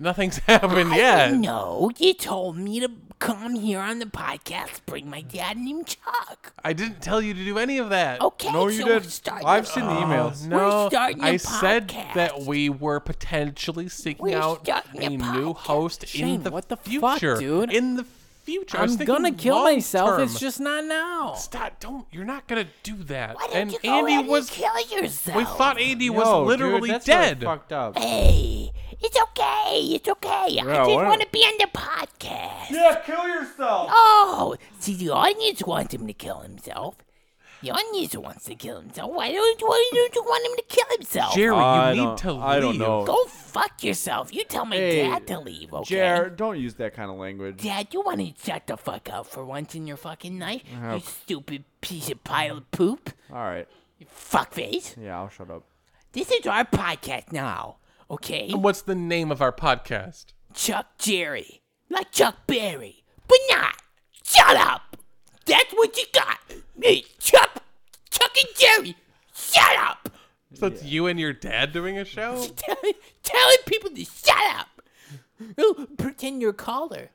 nothing's happened I yet. didn't know. You told me to come here on the podcast, bring my dad named Chuck. I didn't tell you to do any of that. Okay, No, you so did. we're starting I've a seen the emails. No, starting a I said podcast. that we were potentially seeking We're out starting a, a new podcast. host in Shane, the, what the future. fuck, dude? In the future, I was I'm thinking gonna kill long myself. term. It's just not now. stop. Don't. You're not gonna do that. Why don't and you go Andy ahead was. and kill yourself? We thought Andy was Yo, dude, literally that's really dead. fucked up. Hey, It's okay. It's okay. I Yeah, just why- want to be on the podcast. Yeah, kill yourself. Oh, see, the audience wants him to kill himself. The audience wants to kill himself. Why don't, why don't you want him to kill himself? Jerry, I you need don't- to leave. I don't know. Go fuck yourself. You tell my Hey, dad to leave, okay? Jared, don't use that kind of language. Dad, you want to shut the fuck up for once in your fucking life? You stupid piece of pile of poop. All right. Fuckface. Yeah, I'll shut up. This is our podcast now, okay? What's the name of our podcast? Chuck Jerry. Like Chuck Berry. But not. Shut up. That's what you got. Me, Chuck. Chuck and Jerry. Shut up. So it's you and your dad doing a show? Telling, telling people to shut up. Oh, pretend you're a caller.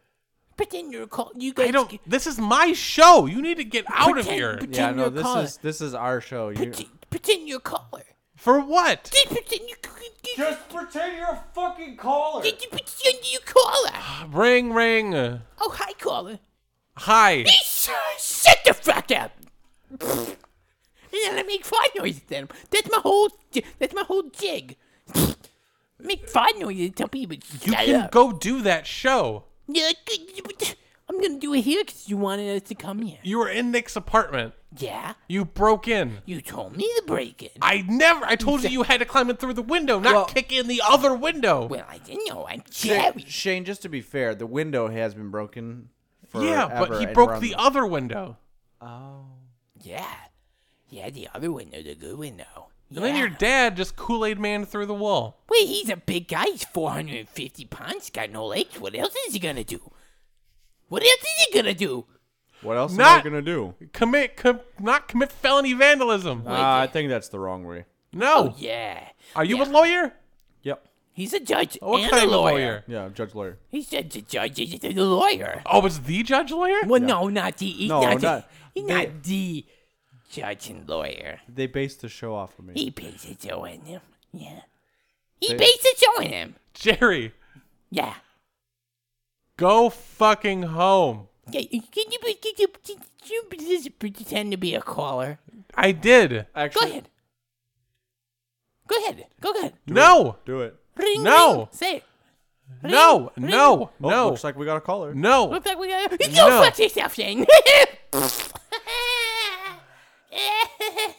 Pretend you're a caller. You guys I don't. get- This is my show. You need to get out of Pretend- here. pretend Yeah, you're no, a this caller. is this is our show. You, Pretend, pretend you're a caller. For what? Did pretend you you- you- Just pretend you're a fucking caller. did you pretend you caller? Ring, ring. Oh, hi caller. Hi. Shut the fuck up. And then I make fart noises at him. That's my whole. That's my whole jig. make fart noises and tell people to You shut can up. go do that show. Yeah, good, but I'm gonna do it here because you wanted us to come here. You were in Nick's apartment. Yeah, You broke in. you told me to break it. I never. I told you you had to climb in through the window, not kick in the other window. well, I didn't know. I'm Sha- Jerry. Shane, just to be fair, the window has been broken. Forever, yeah, but he and we're broke on the other window. Yeah, yeah, the other window, the good window. Yeah. And then your dad just Kool Aid man through the wall. Wait, he's a big guy. He's 450 pounds. He's got no legs. What else is he gonna do? What else is he gonna do? What else am I Not- gonna do? Commit, com- not commit felony vandalism. Uh, I think that's the wrong way. No. Oh, Yeah. Are you a lawyer? Yep. He's a judge What and kind a of lawyer. lawyer? Yeah, Judge Lawyer. He's just a judge. He's just a lawyer. Oh, it's the judge lawyer? Well, no, not the. He's No, not, the, not- he's not the judge and lawyer. They based the show off of me. He pays a show on him. Yeah. He pays a show on him. Jerry, Yeah. go fucking home. Yeah, Can you, be- can you, can you just pretend to be a caller? I did. Go ahead. Go ahead. Go ahead. No, Do it. Ring, No. ring. Say it. no, Ring, no, Oh, no, Looks like we got a caller. no. Looks like we got. You No. fuck yourself, Shane.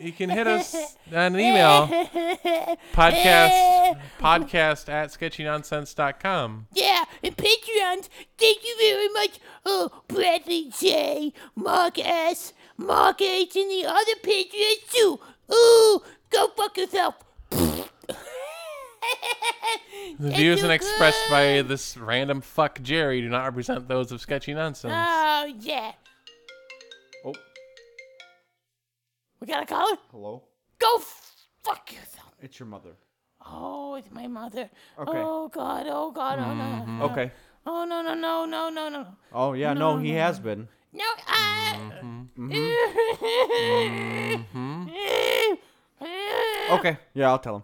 You can hit us on an email Eh. podcast podcast at sketchynonsense.com. Yeah, and Patreons, thank you very much. Oh, Bradley J, Mark S, Mark H, and the other Patreons too. Ooh, go fuck yourself. The views and expressed by this random fuck Jerry do not represent those of Sketchy Nonsense. Oh yeah. Oh. We got a caller. Hello. Go f- fuck yourself. It's your mother. Oh, it's my mother. Okay. Mm-hmm. Oh God. Oh God. Oh no. Okay. Oh no no no no no no. Oh yeah, no, he has been. No, I. Mm-hmm. Mm-hmm. Okay. Yeah, I'll tell him.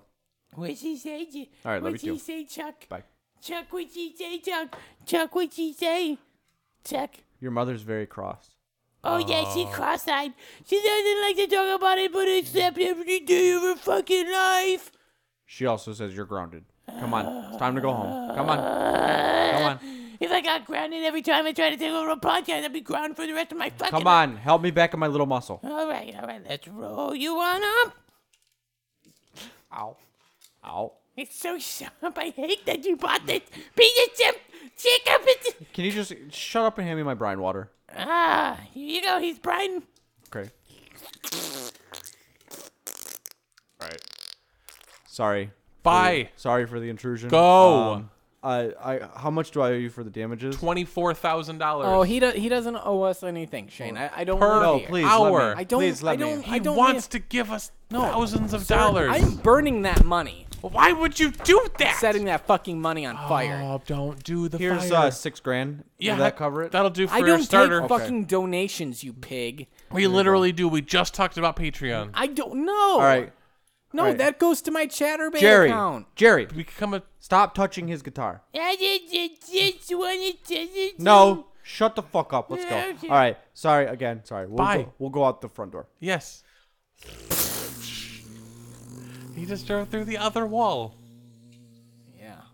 What'd she say? Ju- All right, love What'd she you too. say, Chuck? Bye. Chuck, what'd she say, Chuck? Chuck, what'd she say? Chuck. Your mother's very cross. Oh, yeah, Uh. she cross-eyed. She doesn't like to talk about it, but accept every day of her fucking life. She also says you're grounded. Come on, it's time to go home. Come on. Come on. If I got grounded every time I tried to take over a podcast, I'd be grounded for the rest of my fucking Come on. Help me back in my little muscle. All right, all right, let's roll you on up. Ow. Ow. It's so sharp. I hate that you bought this piece of chip. Chicken. It's... Can you just shut up and hand me my brine water? Ah, here you go. He's Brian. Okay. All right. Sorry. Bye. Sorry for the intrusion. Go. Um, I, I, how much do I owe you for the damages? $24,000. Oh, he do- he doesn't owe us anything, Shane. I, I don't Per- live No, here. please. Hour. Let me. I don't- Please let I don't- me. he don't wants need- to give us No, thousands of Sir, dollars. I'm burning that money. Why would you do that? Setting that fucking money on fire. Oh, don't do the Here's fire. uh, six grand. yeah, Will that cover it? That'll do for I your don't starter. take fucking donations, you pig. We literally do. We just talked about Patreon. I don't know. All right. No, right. that goes to my Chatterbait Jerry. account. Jerry, We become a stop touching his guitar. I just, just, just wanted to. No. Shut the fuck up. Let's go. Okay. All right. Sorry again. Sorry. We'll Bye. Go, we'll go out the front door. yes. He just drove through the other wall.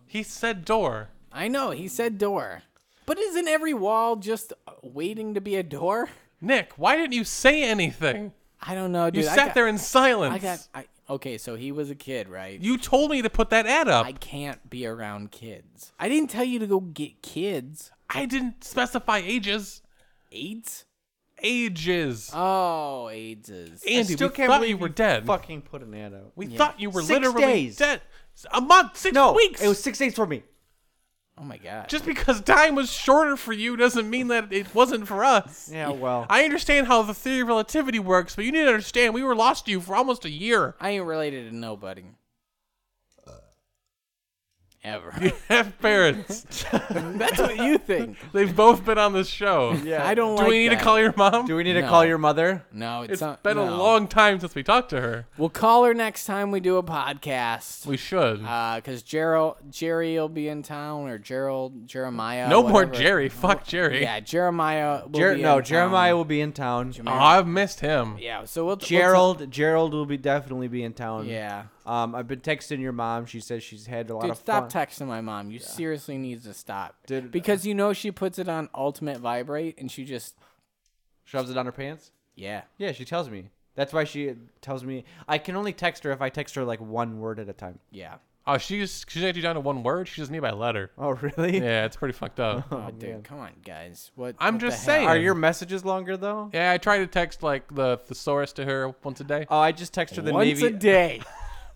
He said door. I know, he said door. But isn't every wall just waiting to be a door? Nick, why didn't you say anything? I don't know, You dude. I sat got- there in silence. I got. I, okay, so he was a kid, right? you told me to put that ad up. I I, can't be around kids. I didn't tell you to go get kids. didn't specify ages. AIDS? Ages. Oh, AIDSes. Andy, Uh, still we can't thought believe you were you dead. Fucking put an ad out. We thought you were Six literally days. dead. A month, six No, weeks. it was six days for me. Oh my god. Just because time was shorter for you doesn't mean that it wasn't for us. Yeah, well, I understand how the theory of relativity works, but you need to understand we were lost to you for almost a year. I ain't related to nobody. Uh. Ever. Have parents. That's what you think. They've both been on this show. yeah. I don't Do like we need that. to call your mom? Do we need to No. call your mother? No, it's, it's not, been a no. long time since we talked to her. We'll call her next time we do a podcast. We should. Uh, cause Gerald, Jerry will be in town, or Gerald, Jeremiah. no more whatever. Jerry. Fuck Jerry. Yeah, Jeremiah. Will Jer- be no, in Jeremiah town. will be in town. Oh, I've missed him. Yeah, so we'll. we'll- Gerald, Gerald will be definitely be in town. yeah, Um, I've been texting your mom. She says she's had a lot dude, of stop fun. texting my mom. You seriously need to stop. Did- because you know she puts it on ultimate vibrate, and she just Shoves it on her pants. yeah. Yeah, she tells me. That's why she tells me I can only text her if I text her like one word at a time. Yeah. Oh, she's she's actually down to one word. She just me by letter. Oh, really? Yeah, it's pretty fucked up. Oh, dude, come on, guys. What? I'm what the just hell? saying. Are your messages longer though? Yeah, I try to text like the thesaurus to her once a day. Oh, I just text her the Once Navy. a day.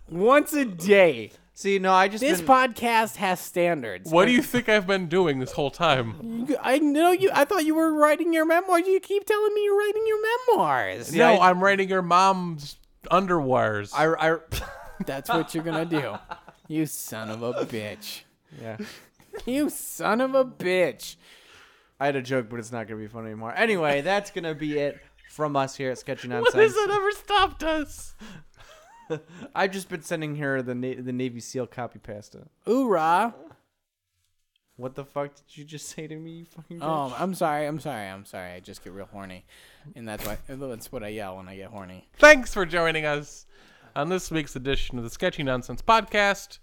Once a day. See, no, I just This been- podcast has standards. What do you think I've been doing this whole time? You- I know you. I thought you were writing your memoirs. You keep telling me you're writing your memoirs. No, I- I'm writing your mom's underwears. I, I That's what you're gonna do. You son of a bitch. yeah. You son of a bitch. I had a joke, but it's not gonna be funny anymore. Anyway, that's gonna be it from us here at Sketchy Nonsense. What has that ever stopped us? I've just been sending her the na- the Navy SEAL copy pasta. Oorah. What the fuck did you just say to me? You fucking. Oh, I'm sorry. I'm sorry. I'm sorry. I just get real horny, and that's why that's what I yell when I get horny. Thanks for joining us on this week's edition of the Sketchy Nonsense Podcast.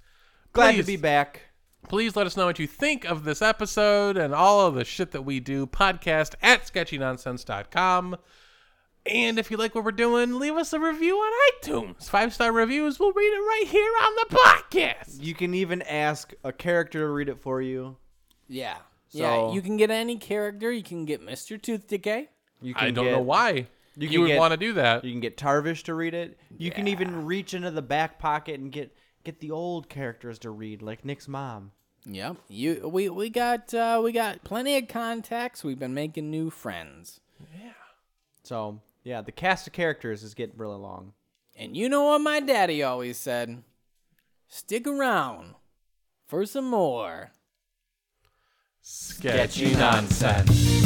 Glad to please. be back. Please let us know what you think of this episode and all of the shit that we do. Podcast at sketchynonsense.com. And if you like what we're doing, leave us a review on iTunes. Five star reviews, we'll read it right here on the podcast. You can even ask a character to read it for you. Yeah. yeah. So- You can get any character. You can get Mr. Tooth Decay. You can I don't get- know why you, You can would get- want to do that. You can get Tarvish to read it. You can even reach into the back pocket and get get the old characters to read, like Nick's mom. Yep. You. We we got uh, we got plenty of contacts. We've been making new friends. So yeah, the cast of characters is getting really long. And you know what my daddy always said? Stick around for some more. Sketchy nonsense.